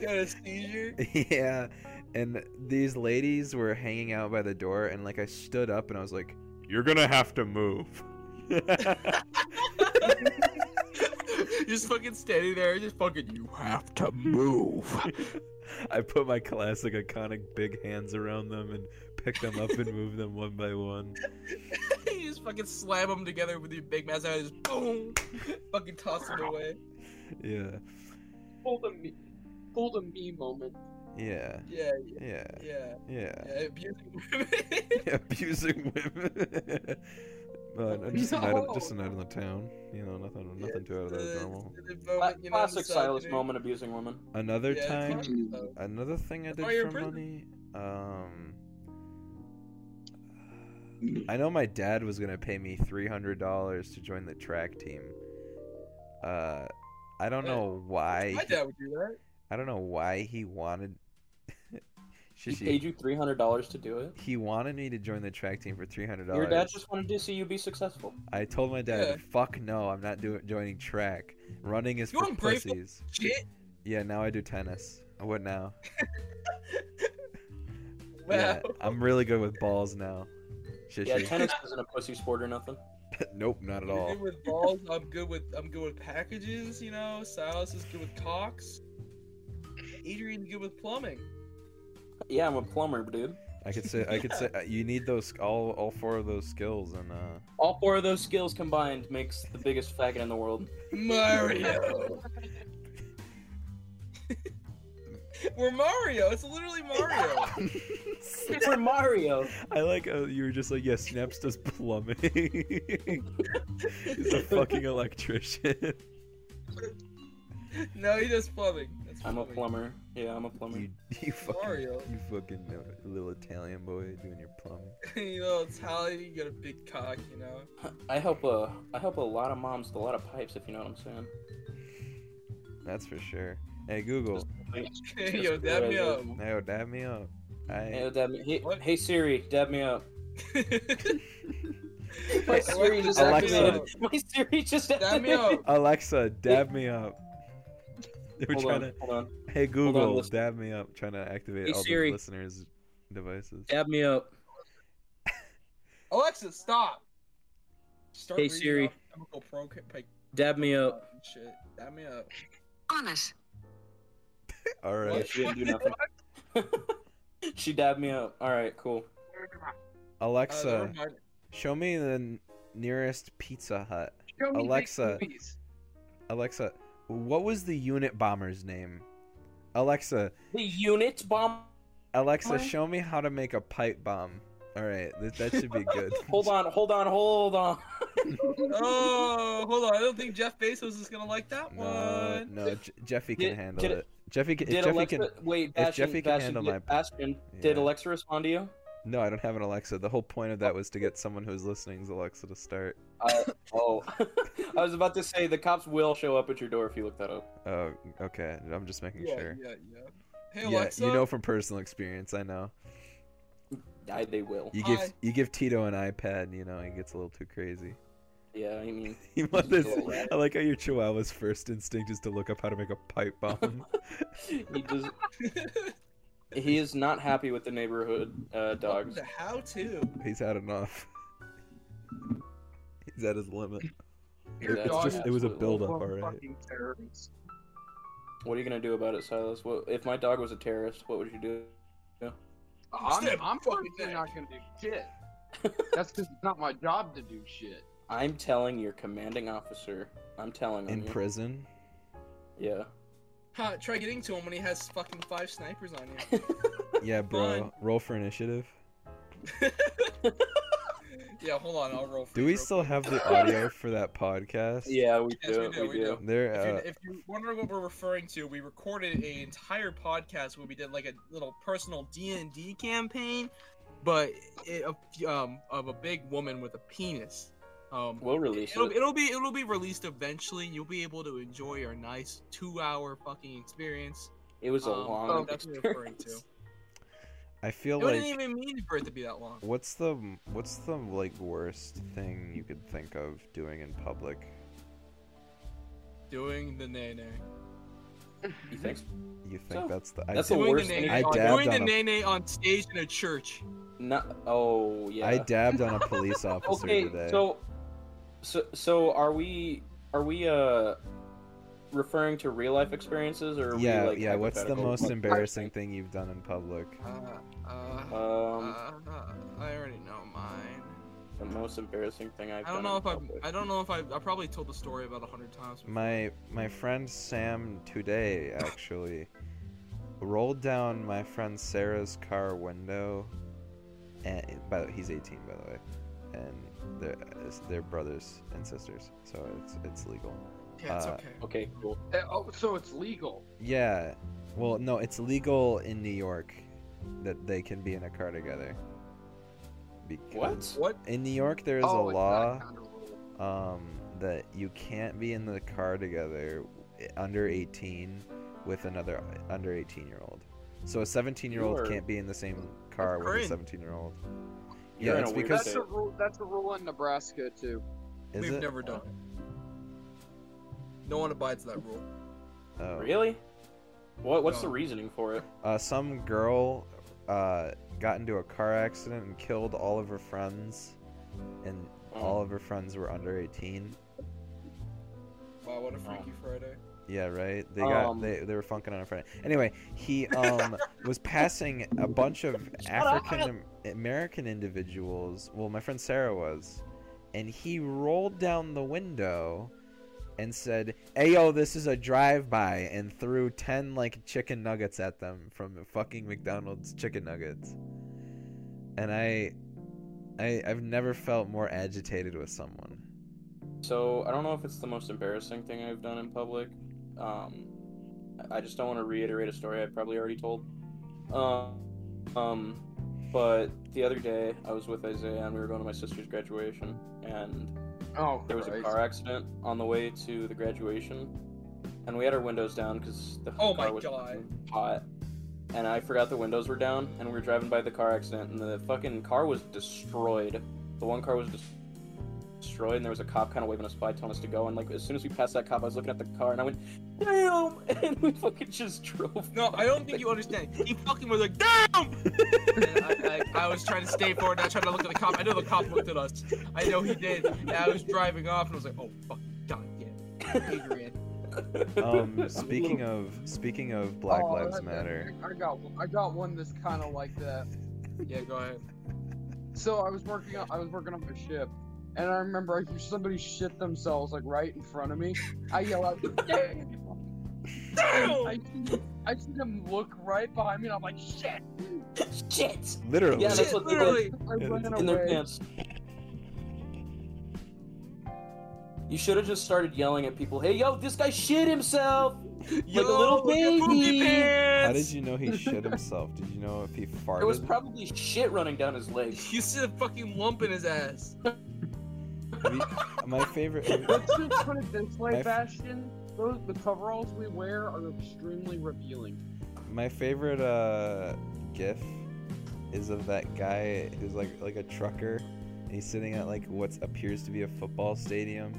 A: Got a
D: [laughs]
A: seizure. [laughs]
D: yeah and these ladies were hanging out by the door and like i stood up and i was like you're gonna have to move
A: just fucking standing there, just fucking. You have to move.
D: [laughs] [laughs]
A: [laughs]
D: i put my classic iconic big hands around them and pick them up and move them one by one
A: you just fucking slam them together with your big mass and just boom, [laughs] fucking toss them away.
D: yeah
B: Pull the me, pull the me moment.
D: yeah
A: Yeah,
D: yeah
A: yeah,
D: yeah
A: yeah. Abusing
D: [laughs]
A: women.
D: abusing women [laughs] but uh, just, a night, just a night in the town you know nothing nothing too out of the
A: It's
D: normal
A: the
C: Cla-
A: moment, you know,
C: Classic Silas
A: misogyny.
C: moment, abusing women.
D: another
A: Yeah,
D: time
A: it's classic Silas.
D: Another thing I
A: That's why you're
D: did for
A: in
D: money. Um, I know my dad was gonna pay me three hundred dollars to join the track team. Uh, I don't
A: Yeah.
D: know why.
A: My
D: he-
A: dad would do that.
D: I don't know why he wanted. [laughs]
C: He
D: Shishi.
C: paid you three hundred dollars to do it.
D: He wanted me to join the track team for three hundred
C: Your dad
D: dollars.
C: just wanted to see you be successful.
D: I told my dad,
A: Yeah.
D: "Fuck no, I'm not doing joining track. Running is
A: You
D: for
A: ungrateful
D: pussies."
A: Shit. [laughs]
D: Yeah, now I do tennis. What now?
A: Wow.
D: Yeah, I'm really good with balls now. Shishi. [laughs]
C: Yeah, tennis isn't a pussy sport or nothing.
D: Nope, not at
A: You're
D: all.
A: good with balls. I'm good with I'm good with packages. You know, Silas is good with cocks. Adrian's good with plumbing.
C: Yeah, I'm a plumber, dude.
D: I could say I could [laughs] say you need those all all four of those skills and uh
C: All four of those skills
D: [laughs]
C: combined makes the biggest faggot in the world.
A: Mario. We're Mario. It's literally Mario.
C: For Mario.
D: I like how you were just like, yeah, Snaps does plumbing. [laughs] [laughs] He's a fucking electrician.
A: no, he does plumbing. That's
C: [laughs] I'm a plumber. Yeah, I'm a plumber.
D: You, you fucking,
A: Mario.
D: you fucking know it. little Italian boy doing your plumbing.
A: [laughs] you know, it's how you got a big cock, you know. [laughs]
C: I help a I help a lot of moms with a lot of pipes, if you know what I'm saying.
D: That's for sure. Hey Google,
A: Yo, dab me up.
D: no, dab me up.
C: Hey,
D: I
C: dab me. Hey,
A: What?
C: hey Siri, dab me up.
A: [laughs]
C: My
A: Alexa,
C: Siri just
D: Alexa.
C: [laughs] activated. My Siri just
A: dab me up.
D: [laughs] Alexa, dab me up. They were
C: Hold
D: trying
C: on,
D: to.
C: hold on.
D: Hey Google,
C: listen.
D: dab me up. Trying to activate
C: Hey,
D: all
C: Siri.
D: the listeners' devices.
C: Dab me up.
A: Alexa, stop. Start
C: Hey,
A: reading
C: Siri. Uh,
A: off Chemical pro like,
C: Dab me up.
A: shit. Dab me up.
F: On it.
D: All
C: Yeah,
D: right,
C: she didn't do nothing. [laughs] she dabbed me up. All right, cool.
A: Uh, never
D: Alexa,
A: mind.
D: show me the n- nearest Pizza Hut. Alexa. Alexa, what was the unit bomber's name? Alexa,
C: The unit bomb.
D: Alexa,
C: Huh?
D: show me how to make a pipe bomb. All right, that, that should be good.
C: [laughs]
D: [laughs]
C: Hold on, hold on, hold on.
A: Oh, hold on. I don't think Jeff Bezos is gonna like that
D: No,
A: one.
D: no, Je- Jeffy can
C: Did-
D: handle
C: did-
D: it. Jeffy can.
C: Did
D: Jeffy
C: Alexa
D: can.
C: wait? Bastion,
D: Jeffy can
C: Bastion,
D: handle
C: did-
D: my-
C: Bastion, Did
D: Yeah.
C: Alexa respond to you?
D: No, I don't have an Alexa. The whole point of that was to get someone who's listening's Alexa to start.
C: I, oh, [laughs] I was about to say the cops will show up at your door if you look that up.
D: [laughs] Oh, okay. I'm just making
A: yeah,
D: sure.
A: yeah, yeah. Hey
D: Yeah,
A: Alexa.
D: you know from personal experience. I know.
C: I, they will.
D: You give
A: Hi.
D: you give Tito an iPad, and you know he gets a little too crazy.
C: Yeah, I
D: [laughs]
C: mean, [laughs]
D: He must-
C: Yeah.
D: I like how your Chihuahua's first instinct is to look up how to make a pipe
C: [laughs]
D: bomb.
C: he does. he is not happy with the neighborhood uh,
A: [laughs] Welcome
C: dogs.
A: to how to.
D: He's had enough. [laughs] He's at his limit.
C: Your
D: It- it's
C: dog
D: just- it was a
C: absolutely-
D: build-up, alright.
C: What are you gonna do about it, Silas? What if my dog was a terrorist? What would you do?
A: Step
B: I'm, I'm
A: fucking back.
B: fucking not gonna do shit. That's because it's not my job to do shit.
C: I'm telling your commanding officer. I'm telling him.
D: In prison.
C: Yeah.
A: Ha, try getting to him when he has fucking five snipers on you.
D: Yeah, bro.
A: Fine.
D: Roll for initiative.
A: [laughs] Yeah, hold on, I'll roll. For
D: Do
A: you
D: we
A: real
D: still
A: quick.
D: have the audio for that podcast?
C: Yeah, we
A: Yes,
C: do.
A: we do, we do. If
D: There.
A: you're,
D: Uh,
A: if you're wondering what we're referring to, we recorded an entire podcast where we did like a little personal D and D campaign, but it, of, um, of a big woman with a penis. Um,
C: We'll release
A: it'll,
C: it.
A: it'll be it'll be released eventually. You'll be able to enjoy our nice two hour fucking experience.
C: It was a
A: Um,
C: long.
A: so that's what we're referring to.
C: experience.
D: I feel
A: It
D: like.
A: wouldn't even mean for it to be that long.
D: What's the what's the like worst thing you could think of doing in public?
A: Doing the nay nay.
C: You think? so?
D: You think
C: So,
D: that's the?
C: that's
D: I,
C: the
D: did-
A: Doing
C: worst
A: the
C: thing
A: nay
D: I
A: nay.
D: dabbed
A: Doing the
D: on a-
A: nay nay on stage in a church.
C: Not. Oh yeah.
D: I dabbed on a police officer
C: okay,
D: today.
C: so, so, so are we? Are we uh referring to real life experiences or? Are
D: yeah,
C: we, like,
D: yeah. What's the
C: hypothetical?
D: most
C: Like,
D: embarrassing thing you've done in public?
A: Uh, uh,
C: Um,
A: uh, I already know mine.
C: the most embarrassing thing I've
A: I don't
C: done
A: know
C: in
A: if I've,
C: public.
A: I don't know if I've, I probably told the story about a hundred times. before.
D: My my friend Sam today actually rolled down my friend Sarah's car window, and by the, he's 18 by the way, and they're they're brothers and sisters, so it's it's legal.
A: yeah, it's
D: uh,
A: okay.
C: Okay, cool.
B: Uh, Oh, so it's legal.
D: Yeah. Well, no, it's legal in New York that they can be in a car together.
C: What?
D: Because
A: What?
D: In New York, there is
B: oh,
D: a
B: it's
D: law
B: Not kind of rule.
D: um, that you can't be in the car together eh, under 18 with another under 18 year old. So a 17 year old
C: You are-
D: can't be in the same car with a
A: cringe.
D: 17 year old.
C: You're
D: yeah,
C: in
D: it's
C: a weird
D: because-
B: That's a rule. That's a rule in Nebraska too.
D: Is
A: We've
D: it?
A: never done it. No one abides that rule.
D: Oh.
C: Really? What? What's the
A: No.
C: reasoning for it?
D: uh, some girl uh, got into a car accident and killed all of her friends, and
C: Oh.
D: all of her friends were under 18.
A: Wow,
C: Oh.
A: what a freaky Friday.
D: Yeah, right. They got
C: Um.
D: they, they were funking on a Friday. Anyway, he um was passing a bunch of
C: up.
D: African Am- American individuals. Well, my friend Sarah was, and he rolled down the window and said, "Ayo, this is a drive-by," and threw ten like chicken nuggets at them from fucking McDonald's chicken nuggets. And I, I, I've never felt more agitated with someone.
C: So I don't know if it's the most embarrassing thing I've done in public. Um, I- I just don't want to reiterate a story I probably already told. Um, um, but the other day I was with Isaiah and we were going to my sister's graduation, and
B: Oh,
C: there was a car accident on the way to the graduation, and we had our windows down because the
A: Oh
C: car
A: my
C: was
A: God.
C: hot. And I forgot the windows were down, and we were driving by the car accident, and the fucking car was destroyed. The one car was des- destroyed, and there was a cop kind of waving us by, telling us to go. And like as soon as we passed that cop, I was looking at the car, and I went, "Damn!" [laughs] And we fucking just drove.
A: No, I don't think you understand. He fucking was like,
D: [laughs]
A: damn! And I, I, I was trying to stay forward. and I tried to look at the cop. I know the cop looked at us. I know he did. And I was driving off and I was like, oh, fuck, god damn. Adrian.
D: Um, speaking of speaking of Black
B: Oh,
D: Lives
B: that- that-
D: Matter,
B: I got I got one that's kind of like that.
A: Yeah, go
C: [laughs]
A: ahead.
B: So I was working on I was working on my ship, and I remember I hear somebody shit themselves like right in front of me. I yell out, "Damn!" I
A: Damn!
B: see, them- I see them look right behind me, and I'm like, "Shit!"
C: [laughs] Shit!
D: literally,
C: Yeah, that's
A: Shit,
C: what they
A: literally.
B: I
D: Yeah,
B: ran
C: in their
B: away.
C: pants. You should have just started yelling at people. Hey, yo, this guy shit himself.
A: Yo,
C: little
A: your poopy
C: baby.
A: pants!
D: how did you know he shit himself? Did you know
A: [laughs]
D: if he farted?
C: There was probably shit running down his leg.
A: You see the fucking lump in his ass.
D: The- my favorite.
B: Let's just put it this
D: My
B: way,
D: f-
B: Bastion. Those the coveralls we wear are extremely revealing.
D: My favorite uh gif is of that guy who's like like a trucker and he's sitting at like what appears to be a football stadium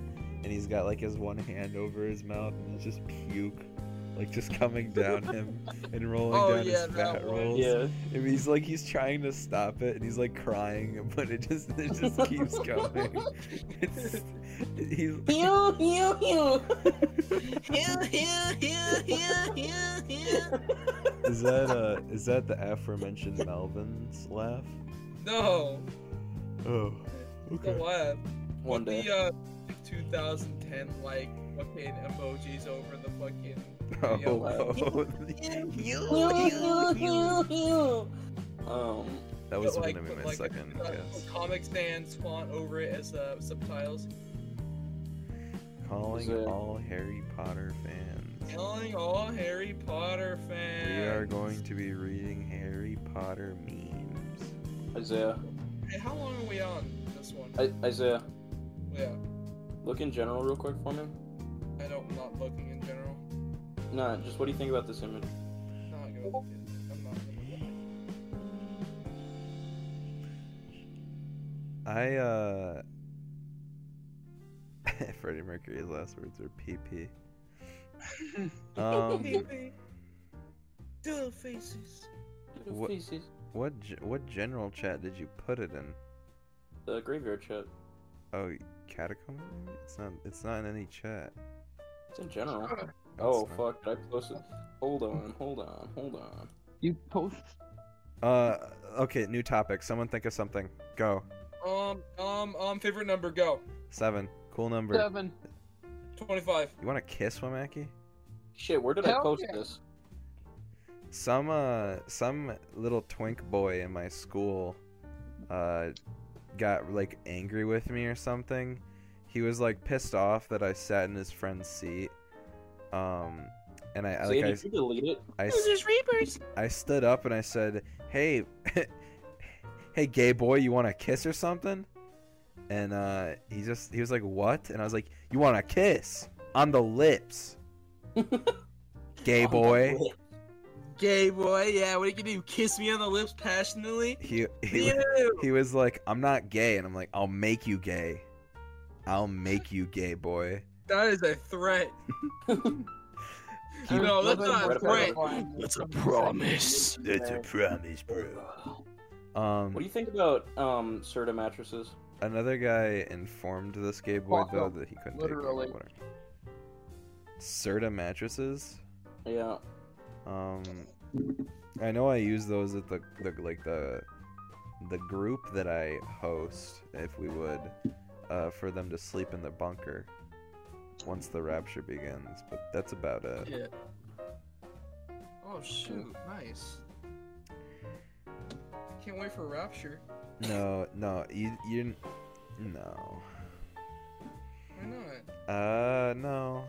D: and he's got like his one hand over his mouth and it's just puke like just coming down him and rolling
A: Oh,
D: down
A: yeah,
D: his
A: that
D: fat
A: one.
D: rolls. And he's like he's trying to stop it and he's like crying but it just it just
A: [laughs]
D: keeps going. It's he's
C: Ew, ew, ew.
D: is that uh is that the aforementioned Melvin's laugh?
A: No,
D: Oh.
A: the laugh.
C: One
A: Put
C: day.
A: The, uh, 2010 like fucking emojis over the fucking.
D: Oh,
A: video.
D: [laughs]
A: [laughs]
C: Um,
D: That was
A: But, like,
D: gonna be
A: put,
D: my
A: like,
D: second
A: a,
D: guess.
A: A comic sans font over it as uh, subtitles.
D: Calling
C: Is it-
D: all Harry Potter fans.
A: Telling all Harry Potter
D: We
A: fans.
D: are going to be reading Harry Potter memes.
C: Isaiah,
A: Hey, how long are we on this one?
C: I- Isaiah,
A: yeah,
C: look in general real quick for me.
A: I don't. I'm not looking in general.
C: Nah, just what do you think about this image?
A: Not gonna look at it. I'm not gonna look
D: I uh [laughs] Freddie Mercury's last words are PP.
A: [laughs] at
D: um,
A: it. Still faces.
D: What-
C: Feces.
D: what ge- what general chat did you put it in?
C: The graveyard chat.
D: Oh, catacomb? It's not. It's not in any chat.
C: It's in general.
D: It's
C: Oh
D: not.
C: fuck! Did I post it? Hold on, hold on, hold on.
B: You post
D: Uh, okay. New topic. Someone think of something. Go.
A: Um, um, um. Favorite number? Go.
D: Seven. Cool number.
B: seven.
A: Twenty-five.
D: You want to kiss Wamaki?
C: Shit, where did I
B: Hell
C: post
B: yeah.
C: this?
D: some uh some little twink boy in my school uh got like angry with me or something he was like pissed off that i sat in his friend's seat um and i I-
C: Zay,
D: like I,
C: did you delete it?
D: I, s- I stood up and i said hey [laughs] hey gay boy you want a kiss or something and uh he just he was like what and i was like you want a kiss on the
C: [laughs]
D: lips gay
C: On the
D: boy
C: lip.
A: Gay boy. Yeah. What are you gonna do? Kiss me on the lips passionately?
D: he, [laughs] he
A: You.
D: he was like, I'm not gay. And I'm like, I'll make you gay. I'll make you gay, boy.
A: That is a
D: [laughs]
A: threat.
D: Keep-
A: No, that's not right.
E: That's a promise.
D: That's a promise, bro. Um,
C: What do you think about um Serta mattresses?
D: another guy informed this gay boy,
B: Fuck
D: though,
B: him.
D: that he couldn't
B: Literally.
D: take it. Whatever. Serta mattresses?
C: Yeah.
D: Um, I know I use those at the, the like the the group that I host, if we would, uh, for them to sleep in the bunker. once the rapture begins, but that's about it.
A: Yeah. Oh shoot! Nice. Can't wait for Rapture.
D: No, no, you, you, no.
A: Why not?
D: Uh, no,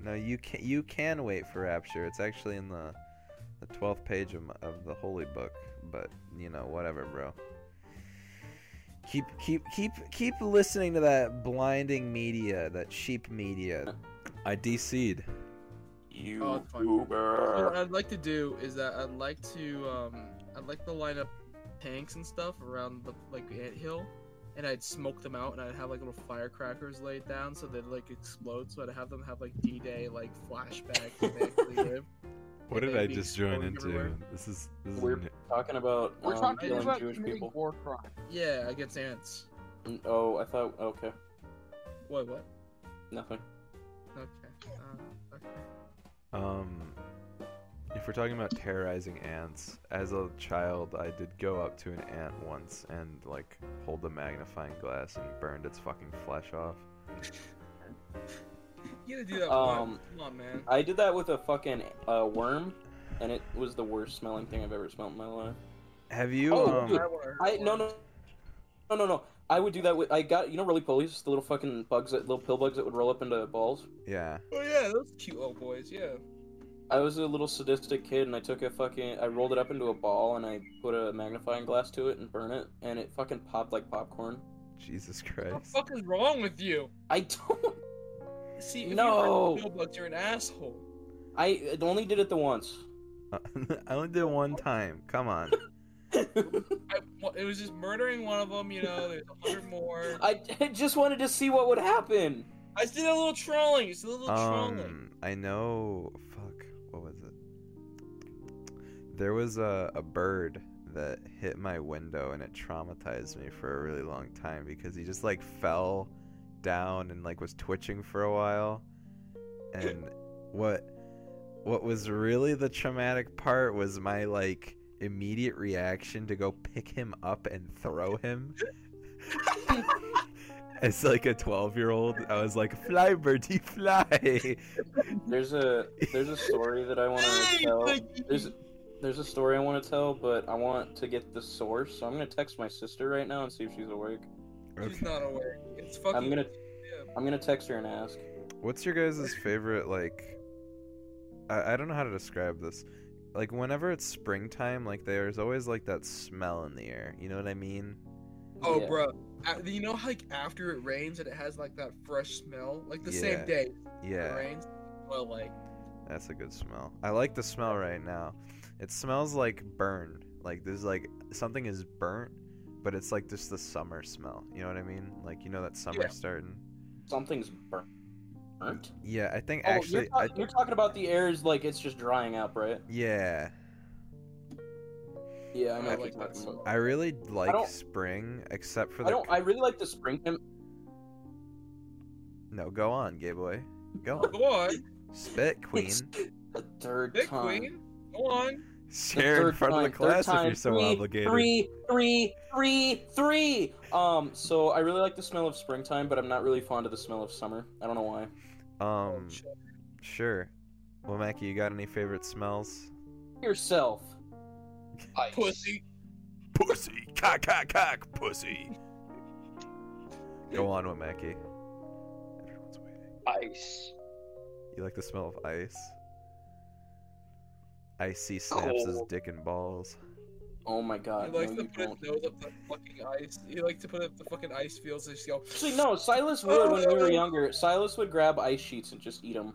D: no. You can you can wait for rapture. It's actually in the the twelfth page of, my- of the holy book. But you know, whatever, bro. Keep keep keep keep listening to that blinding media, that sheep media.
F: Uh,
D: I DC'd.
C: You
A: Oh, it's fine. What
C: goober.
A: I'd like to do is that I'd like to um I'd like to line up tanks and stuff around the like ant hill, and I'd smoke them out, and I'd have like little firecrackers laid down so they'd like explode. So I'd have them have like D-Day like flashbacks. when they
C: [laughs]
A: actually live.
F: What
A: And
F: did I
A: they'd be
F: just join
A: exploding
F: into?
A: everywhere.
F: This is this is
C: We're
F: n-
C: talking about
B: We're
C: um,
B: talking
C: killing
B: about
C: Jewish
B: committing
C: people.
B: war crimes.
A: Yeah, against ants.
C: Mm, Oh, I thought. Okay,
A: What? What?
C: nothing.
A: Okay. Uh, okay.
D: Um, if we're talking about terrorizing ants, as a child, I did go up to an ant once and like hold the magnifying glass and burned its fucking flesh off.
A: You gotta do that
C: Um,
A: one. Come on, man.
C: I did that with a fucking uh, worm, and it was the worst smelling thing I've ever smelled in my life.
D: Have you?
C: Oh,
D: um,
C: dude, I no no no no no. I would do that with I got you know really pulleys, the little fucking bugs that little pill bugs that would roll up into balls.
D: yeah.
A: Oh yeah, those cute little boys. Yeah.
C: I was a little sadistic kid and I took a fucking I rolled it up into a ball and I put a magnifying glass to it and burn it and it fucking popped like popcorn.
D: Jesus
A: What the
D: Christ.
A: fuck is wrong with you?
C: I [laughs] don't
A: See, if
C: No.
A: you're bugs, you're an asshole.
C: I only did it the once.
D: [laughs]
C: [laughs]
D: I only did it one time. Come on.
A: I, well, it was just murdering one of them. You know, there's a hundred more.
C: I, I just wanted to see what would happen.
A: I just did a little trolling. It's a little trolling.
D: Um, I know. Fuck. What was it? There was a, a bird that hit my window and it traumatized me for a really long time because he just like fell down and like was twitching for a while. And what what was really the traumatic part was my like immediate reaction to go pick him up and throw him. [laughs] As like a 12 year old, I was like, fly, birdie, fly.
C: There's a there's a story that I want to
A: Hey,
C: tell.
A: like-
C: There's there's a story I want to tell, but I want to get the source. So I'm gonna text my sister right now and see if she's awake.
A: she's not awake. It's fucking.
C: I'm gonna I'm gonna text her and ask.
D: What's your guys' favorite like? I, I don't know how to describe this. Like whenever it's springtime, like there's always like that smell in the air. You know what I mean?
A: Oh,
C: Yeah.
A: bro. A- You know, how, like after it rains and it has like that fresh smell, like the
D: Yeah.
A: same day it
D: Yeah,
A: rains. Well, like
D: that's a good smell. I like the smell right now. It smells like burned. Like there's like something is burnt, but it's like just the summer smell. You know what I mean? Like you know that summer
A: Yeah.
D: starting.
C: Something's burnt. Burnt?
D: Yeah, I think
C: oh, you're,
D: Oh, actually,
C: ta-
D: I,
C: you're talking about the air is like it's just drying up, right?
D: yeah,
C: Yeah,
A: I
C: I know. what
A: like that
C: you're talking
A: smell.
C: about.
D: I really like
C: don't-
D: spring, except for
C: I
D: the.
C: don't. I really like the springtime.
D: No, go on, gay boy.
C: [laughs]
D: Go on.
A: go on,
D: Spit, queen.
C: The third
A: big
C: time.
A: queen. Go on.
C: The
D: Share in
C: third
D: front of the
C: time, third
D: class if
C: time.
D: you're so
C: Three,
D: obligated.
C: Three, three, three, three. Um, so I really like the smell of springtime, but I'm not really fond of the smell of summer. I don't know why.
A: Oh,
D: Um,
A: shit.
D: sure. Well, Mackie, you got any favorite smells?
C: Yourself.
B: Ice.
A: Pussy.
D: Pussy, cock, cock, cock, pussy. Go on, Wamaki. Everyone's waiting.
B: Ice.
D: You like the smell of ice? Icy snaps his dick and balls. [laughs]
C: Oh my
A: He
C: god.
A: likes
C: no,
A: to
C: you
A: put his
C: don't.
A: nose up the fucking ice. He likes to put up the fucking ice fields and just go.
C: Actually, no. Silas
A: Oh,
C: would when we were younger. Silas would grab ice sheets and just eat them.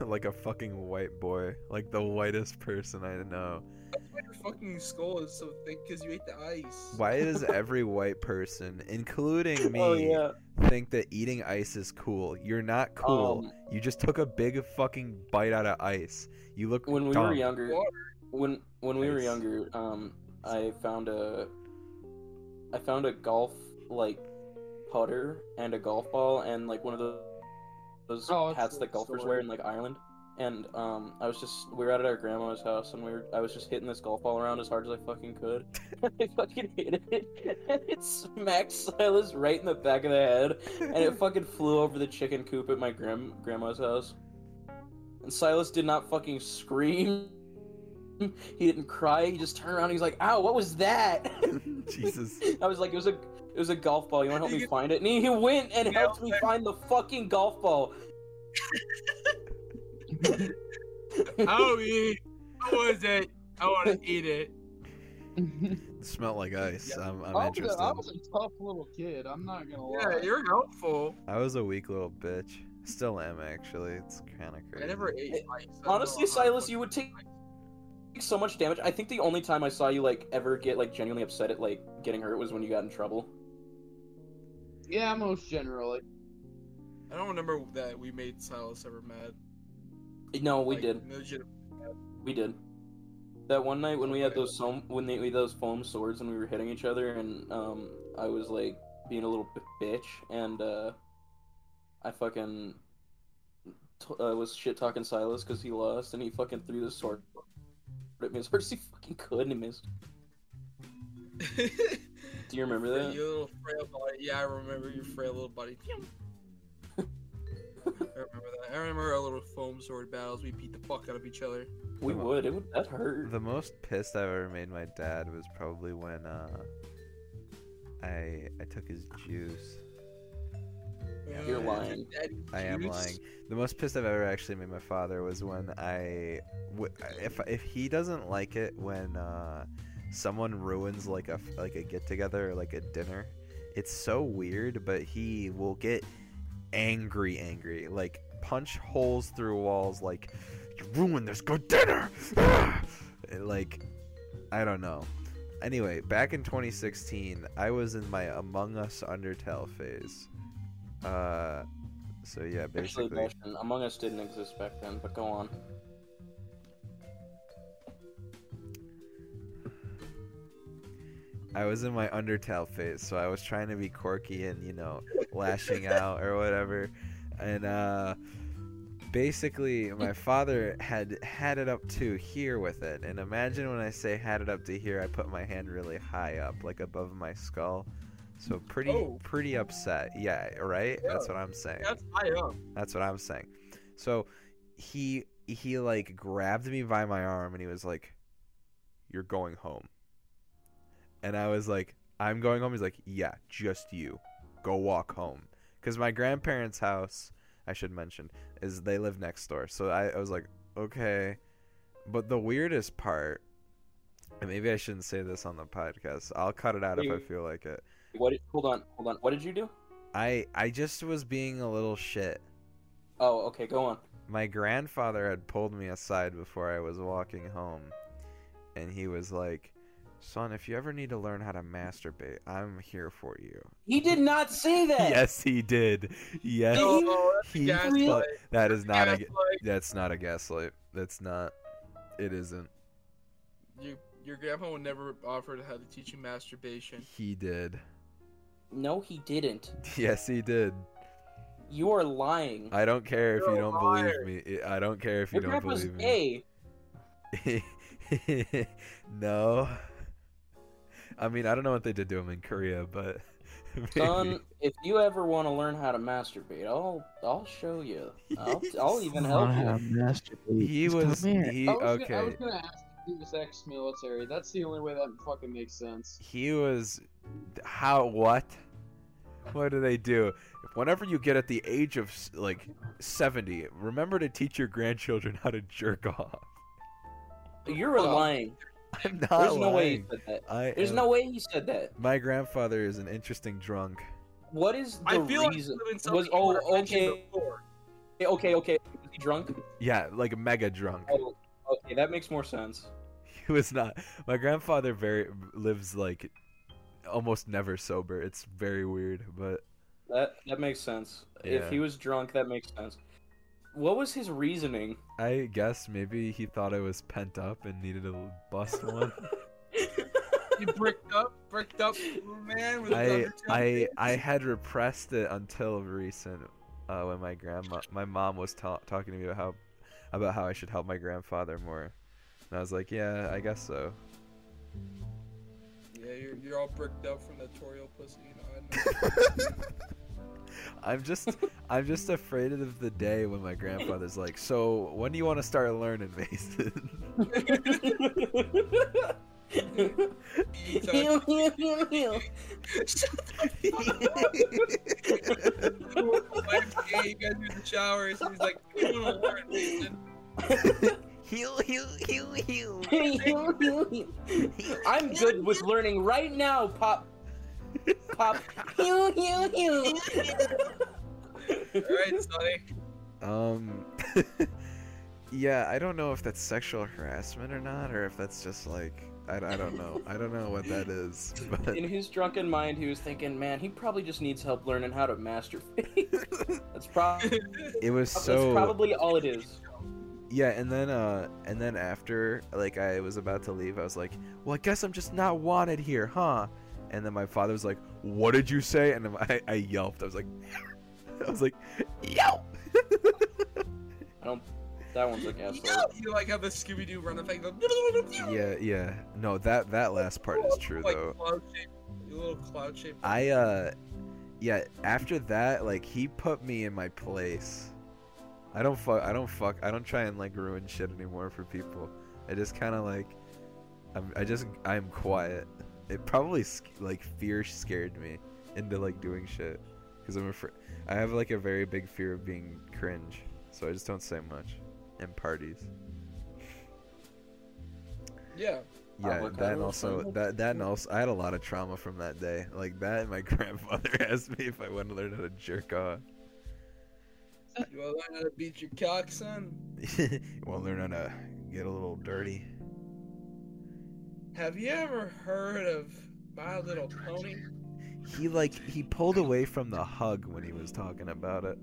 D: like a fucking white boy. Like the whitest person I know.
A: That's why your fucking skull is so thick because you ate the ice.
D: Why
C: [laughs]
D: does every white person, including me,
C: Oh yeah.
D: think that eating ice is cool. You're not cool.
C: Um,
D: you just took a big fucking bite out of ice. You look
C: when we
D: dumb.
C: were younger
A: Water.
C: when when we were
D: Nice.
C: younger um i found a i found a golf like putter and a golf ball and like one of those those
B: Oh, that's
C: hats
B: the
C: that golfers
B: story.
C: wear in like ireland and um, I was just we were out at our grandma's house, and we were I was just hitting this golf ball around as hard as I fucking could. [laughs] I fucking hit it, [laughs] and it smacked Silas right in the back of the head, and it fucking flew over the chicken coop at my grand grandma's house. And Silas did not fucking scream. He didn't cry. He just turned around. He's like, "Ow, what was that?"
D: [laughs]
C: [laughs]
D: Jesus.
C: I was like, "It was a, it was a golf ball. You want to help me
A: You-
C: find it?" And he, he went and
A: No
C: helped me
A: way.
C: find the fucking golf ball. [laughs]
A: Howie, what was it? I want to eat it.
B: [laughs]
D: It smelled like ice. I'm, I'm
B: I was a-
D: interested.
B: I was a tough little kid. I'm not gonna lie.
A: Yeah, you're helpful.
D: I was a weak little bitch. Still am actually. It's kind of crazy.
A: I never ate
C: Hey,
A: mice. I don't
C: Honestly,
A: know how I
C: Silas,
A: look
C: you would take
A: like-
C: so much damage. I think the only time I saw you like ever get like genuinely upset at like getting hurt was when you got in trouble.
B: yeah, most generally.
A: I don't remember that we made Silas ever mad.
C: No, we
A: Like, [laughs]
C: did.
A: legit-
C: We did. That one night when we had those foam when they, we had those foam swords and we were hitting each other and um I was like being a little b- bitch and uh I fucking t- uh, was shit talking Silas because he lost and he fucking threw the sword at me as hard as he fucking could and he missed. Do you remember that?
A: Your little frail body. Yeah, I remember your frail little body. [laughs] I remember that. I remember our little foam sword battles. We beat the fuck out of each other.
C: We would. It would. That hurt.
D: The most pissed I've ever made my dad was probably when uh, I I took his juice.
C: You're
A: Uh,
C: lying.
A: daddy
D: I am
A: juice.
D: lying. The most pissed I've ever actually made my father was when I, w- if if he doesn't like it when uh, someone ruins like a like a get together or like a dinner, it's so weird. But he will get angry, angry, like punch holes through walls, like you ruined this good dinner. Ah! And, like I don't know. Anyway, back in 2016, I was in my Among Us Undertale phase. Uh, so yeah,
C: Actually,
D: basically.
C: Bastion, Among Us didn't exist back then, but go on.
D: I was in my Undertale phase, so I was trying to be quirky and you know lashing out or whatever, and uh, basically my father had had it up to here with it. And imagine when I say had it up to here, I put my hand really high up, like above my skull, so pretty
A: Oh.
D: pretty upset. Yeah, right. That's what I'm saying.
A: That's high up.
D: That's what I'm saying. So he he like grabbed me by my arm and he was like, "You're going home." And I was like, "I'm going home." He's like, "Yeah, just you. Go walk home." Cuz my grandparents' house, I should mention, is they live next door. So I, I was like, "Okay." But the weirdest part, and maybe I shouldn't say this on the podcast. I'll cut it out if I
C: Wait.
D: feel like it.
C: What? Did, hold on, hold on. What did you do?
D: I I just was being a little shit.
C: Oh, okay, go on.
D: my grandfather had pulled me aside before I was walking home, and he was like, "Son, if you ever need to learn how to masturbate, I'm here for you."
C: He did not say that.
D: [laughs] Yes, he did. Yes,
A: No, that's
D: he.
A: gaslight.
D: fu- that is not a.
A: Gaslight.
D: ga- That's not a gaslight. That's not. It isn't.
A: Your your grandpa would never offer how to teach you masturbation.
D: He did. [laughs]
C: No, he didn't.
D: Yes, he did.
C: You are lying.
D: I don't care if
A: You're
D: you
A: a
D: don't
A: liar.
D: believe me. I I don't care if you
C: Your
D: don't
C: grandpa's
D: believe me.
C: gay.
D: [laughs] no. I mean, I don't know what they did to him in Korea, but [laughs] maybe.
C: Son, if you ever want to learn how to masturbate, I'll I'll show you.
D: [laughs]
C: I'll, I'll even help
E: Wanna
C: you.
E: have masturbate?
D: he
E: Just
D: was
E: come here.
D: he
B: I was
D: okay.
B: Gonna, I was gonna ask if he was ex-military. That's the only way that fucking makes sense.
D: He was how what? What do they do? Whenever you get at the age of s- like 70, remember to teach your grandchildren how to jerk off. [laughs]
C: You're
A: Well,
C: lying.
D: I'm not
C: There's
D: lying.
C: no way he said that.
D: I
C: There's
D: am-
C: no way he said that.
D: My grandfather is an interesting drunk.
C: What is the
A: I feel like
C: reason?
A: it's something
C: was
A: you
C: oh
A: would've mentioned
C: okay
A: before.
C: okay okay. Was he drunk?
D: Yeah, like mega drunk.
C: Oh, okay, that makes more sense.
D: [laughs] He was not. My grandfather very lives like almost never sober. It's very weird, but
C: That that makes sense.
D: Yeah.
C: If he was drunk, that makes sense. What was his
A: [laughs]
C: reasoning? [laughs]
D: I guess maybe he thought I was pent up and needed to bust one.
A: You bricked up, bricked up, little man. With
D: I
A: another
D: I I had repressed it until recent, uh, when my grandma, my mom was ta- talking to me about how about how I should help my grandfather more. And I was like, yeah, I guess so.
A: Yeah, you're, you're all bricked up from the Toriel pussy. You know, I know. [laughs]
D: I'm just I'm just afraid of the day when my grandfather's like, so when do you want to start learning [laughs] Mason?
A: You [laughs] touch- like, hey, you guys are in the shower. So he's like, we don't wanna learn, Mason."
F: Heal, heal, heal, heal.
C: [laughs] I'm good with learning right now, Pop. Pop.
F: Heal, heal, heal.
A: All right, Sonny.
D: um [laughs] Yeah, I don't know if that's sexual harassment or not, or if that's just like I, I don't know. I don't know what that is. [laughs] But
C: In his drunken mind, he was thinking, man, he probably just needs help learning how to masturbate. [laughs] that's, prob-
D: it was
C: that's
D: so
C: probably all it is.
D: Yeah, and then uh and then after like I was about to leave, I was like, "Well, I guess I'm just not wanted here, huh?" And then my father was like, "What did you say?" And [laughs] I, I yelped. I was like, [laughs] I was like, "Yelp!"
C: I don't. That one's a gaslight.
A: You like how the Scooby Doo run effect? Like,
D: Yeah, yeah. No, that that last part
A: Oh
D: is true
A: like,
D: though.
A: Cloud shape, a little cloud shape.
D: I uh, yeah. After that, like he put me in my place. I don't fuck. I don't fuck. I don't try and like ruin shit anymore for people. I just kind of like, I'm. I just. I'm quiet. It probably sc- like fear scared me into like doing shit because I'm afraid. I have like a very big fear of being cringe, so I just don't say much. And parties.
A: Yeah.
D: Yeah,
C: Public
D: that and
C: or
D: also
C: something?
D: that that and also I had a lot of trauma from that day. Like that, and my [laughs] grandfather asked me if I wanted to learn how to jerk off. [laughs]
A: You wanna learn how to beat your cock, son?
D: you want to learn how to get a little dirty?
A: Have you ever heard of My Little Pony?
D: He like he pulled away from the hug when he was talking about it.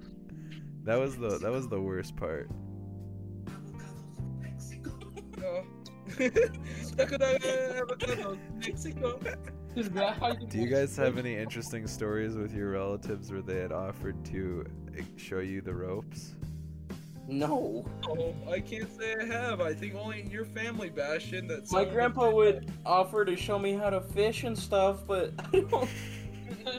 D: That was the that was the worst part.
A: No. [laughs] Mexico.
B: Is that how you
D: Do you guys have any interesting stories with your relatives where they had offered to eh, show you the ropes? [laughs]
C: No.
A: Oh, I can't say I have. I think only in your family, Bastion. That's
C: My grandpa would offer to show me how to fish and stuff, but [laughs] I don't.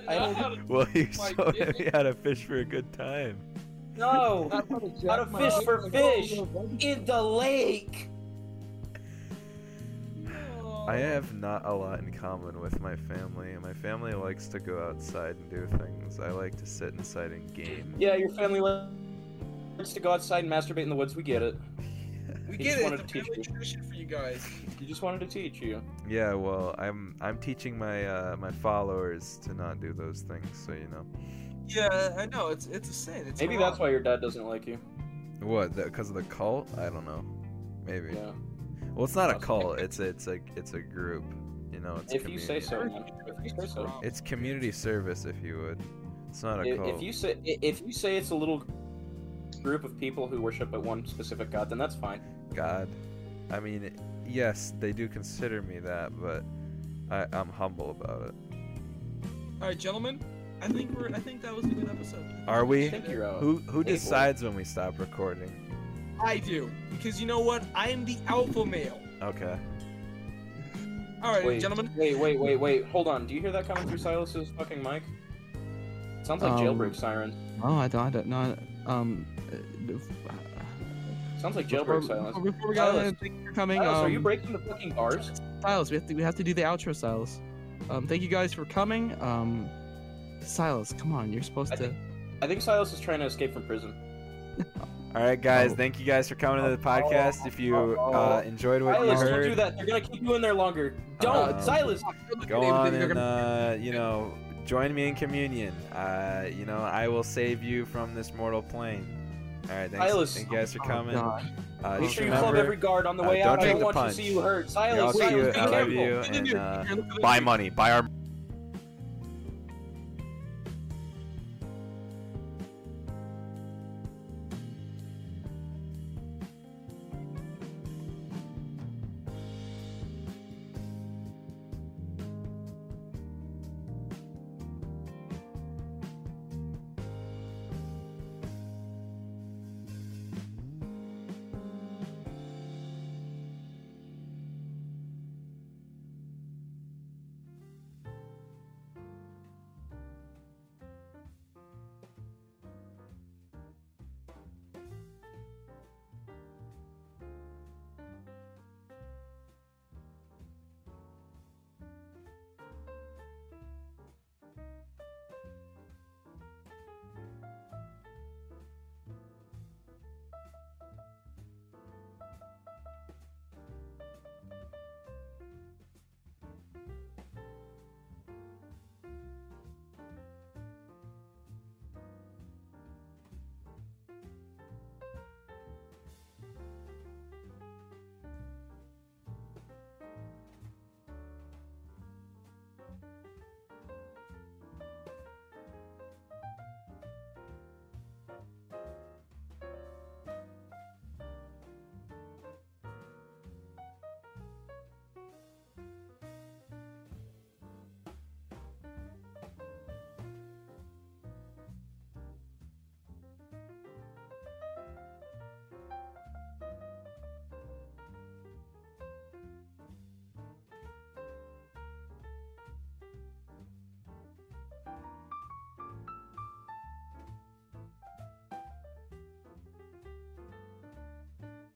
C: I don't
D: Well, you
B: My
D: showed
B: dick.
D: me how to fish for a good time.
B: [laughs]
C: know. How to fish for
B: oh,
C: fish
B: What
C: in the lake.
D: I have not a lot in common with my family. My family likes to go outside and do things. I like to sit inside and game.
C: Yeah, your family likes to go outside and masturbate in the woods. We get it.
A: We
C: He
A: get
C: just
A: it.
C: wanted
A: It's a
C: to teach
A: family
C: you.
A: tradition for you guys.
C: You just wanted to teach you.
D: Yeah, well, I'm I'm teaching my uh, my followers to not do those things, so you know.
A: Yeah, I know. It's it's a sin. It's
C: Maybe that's why your dad doesn't like you.
D: What? Because of the cult? I don't know. Maybe.
C: Yeah.
D: Well, it's not a
C: Possibly.
D: cult. It's it's a it's a group. You know, it's a
C: If you say
D: community.
C: so, man. If you say so.
D: It's community service, if you would. It's not a
C: If,
D: cult.
C: if you say i- if you say it's a little group of people who worship at one specific god, then that's fine.
D: God, I mean, yes, they do consider me that, but I, I'm humble about it.
A: All right, gentlemen. I think we're. I think that was a good episode.
D: Are we?
C: I think you're out.
D: Who who
C: Hey, boy.
D: decides when we stop recording?
A: I do because you know what? I am the alpha male.
D: Okay.
A: All right,
C: Wait,
A: gentlemen.
C: Wait, wait, wait, wait. Hold on. Do you hear that coming through Silas's fucking mic? Sounds like
E: Um,
C: jailbreak siren.
E: No, Oh, I don't. I don't know. Um, uh,
C: Sounds like
E: before,
C: jailbreak silence.
E: before- before we got
C: Silas.
E: in, thanks for coming.
C: Silas, are you
E: um,
C: breaking the fucking bars?
E: Silas, we have to we have to do the outro, Silas. Um, thank you guys for coming. Um, Silas, come on, you're supposed
C: I
E: to.
C: think- I think Silas is trying to escape from prison.
D: All right, guys.
E: Oh.
D: Thank you guys for coming to the
C: Oh,
D: podcast. If you uh, enjoyed what you
C: Silas, don't do
D: heard,
C: that. They're gonna keep you in there longer. Don't,
D: Um,
C: Silas.
D: go on
C: [laughs]
D: and uh, you know join me in communion. Uh, you know I will save you from this mortal plane. All right, thanks.
C: Silas.
D: Thank you guys for
E: Oh,
D: coming.
E: God.
D: Uh,
C: Make
D: just
C: sure you club
D: remember,
C: every guard on the
D: uh,
C: way
D: don't
C: out. I
D: take
C: don't
D: the
C: want
D: punch.
C: you to see you hurt.
D: yeah, I'll
C: Silas,
D: see
C: Silas,
D: you.
C: be
D: I love
C: careful.
D: you, and uh, buy money, buy our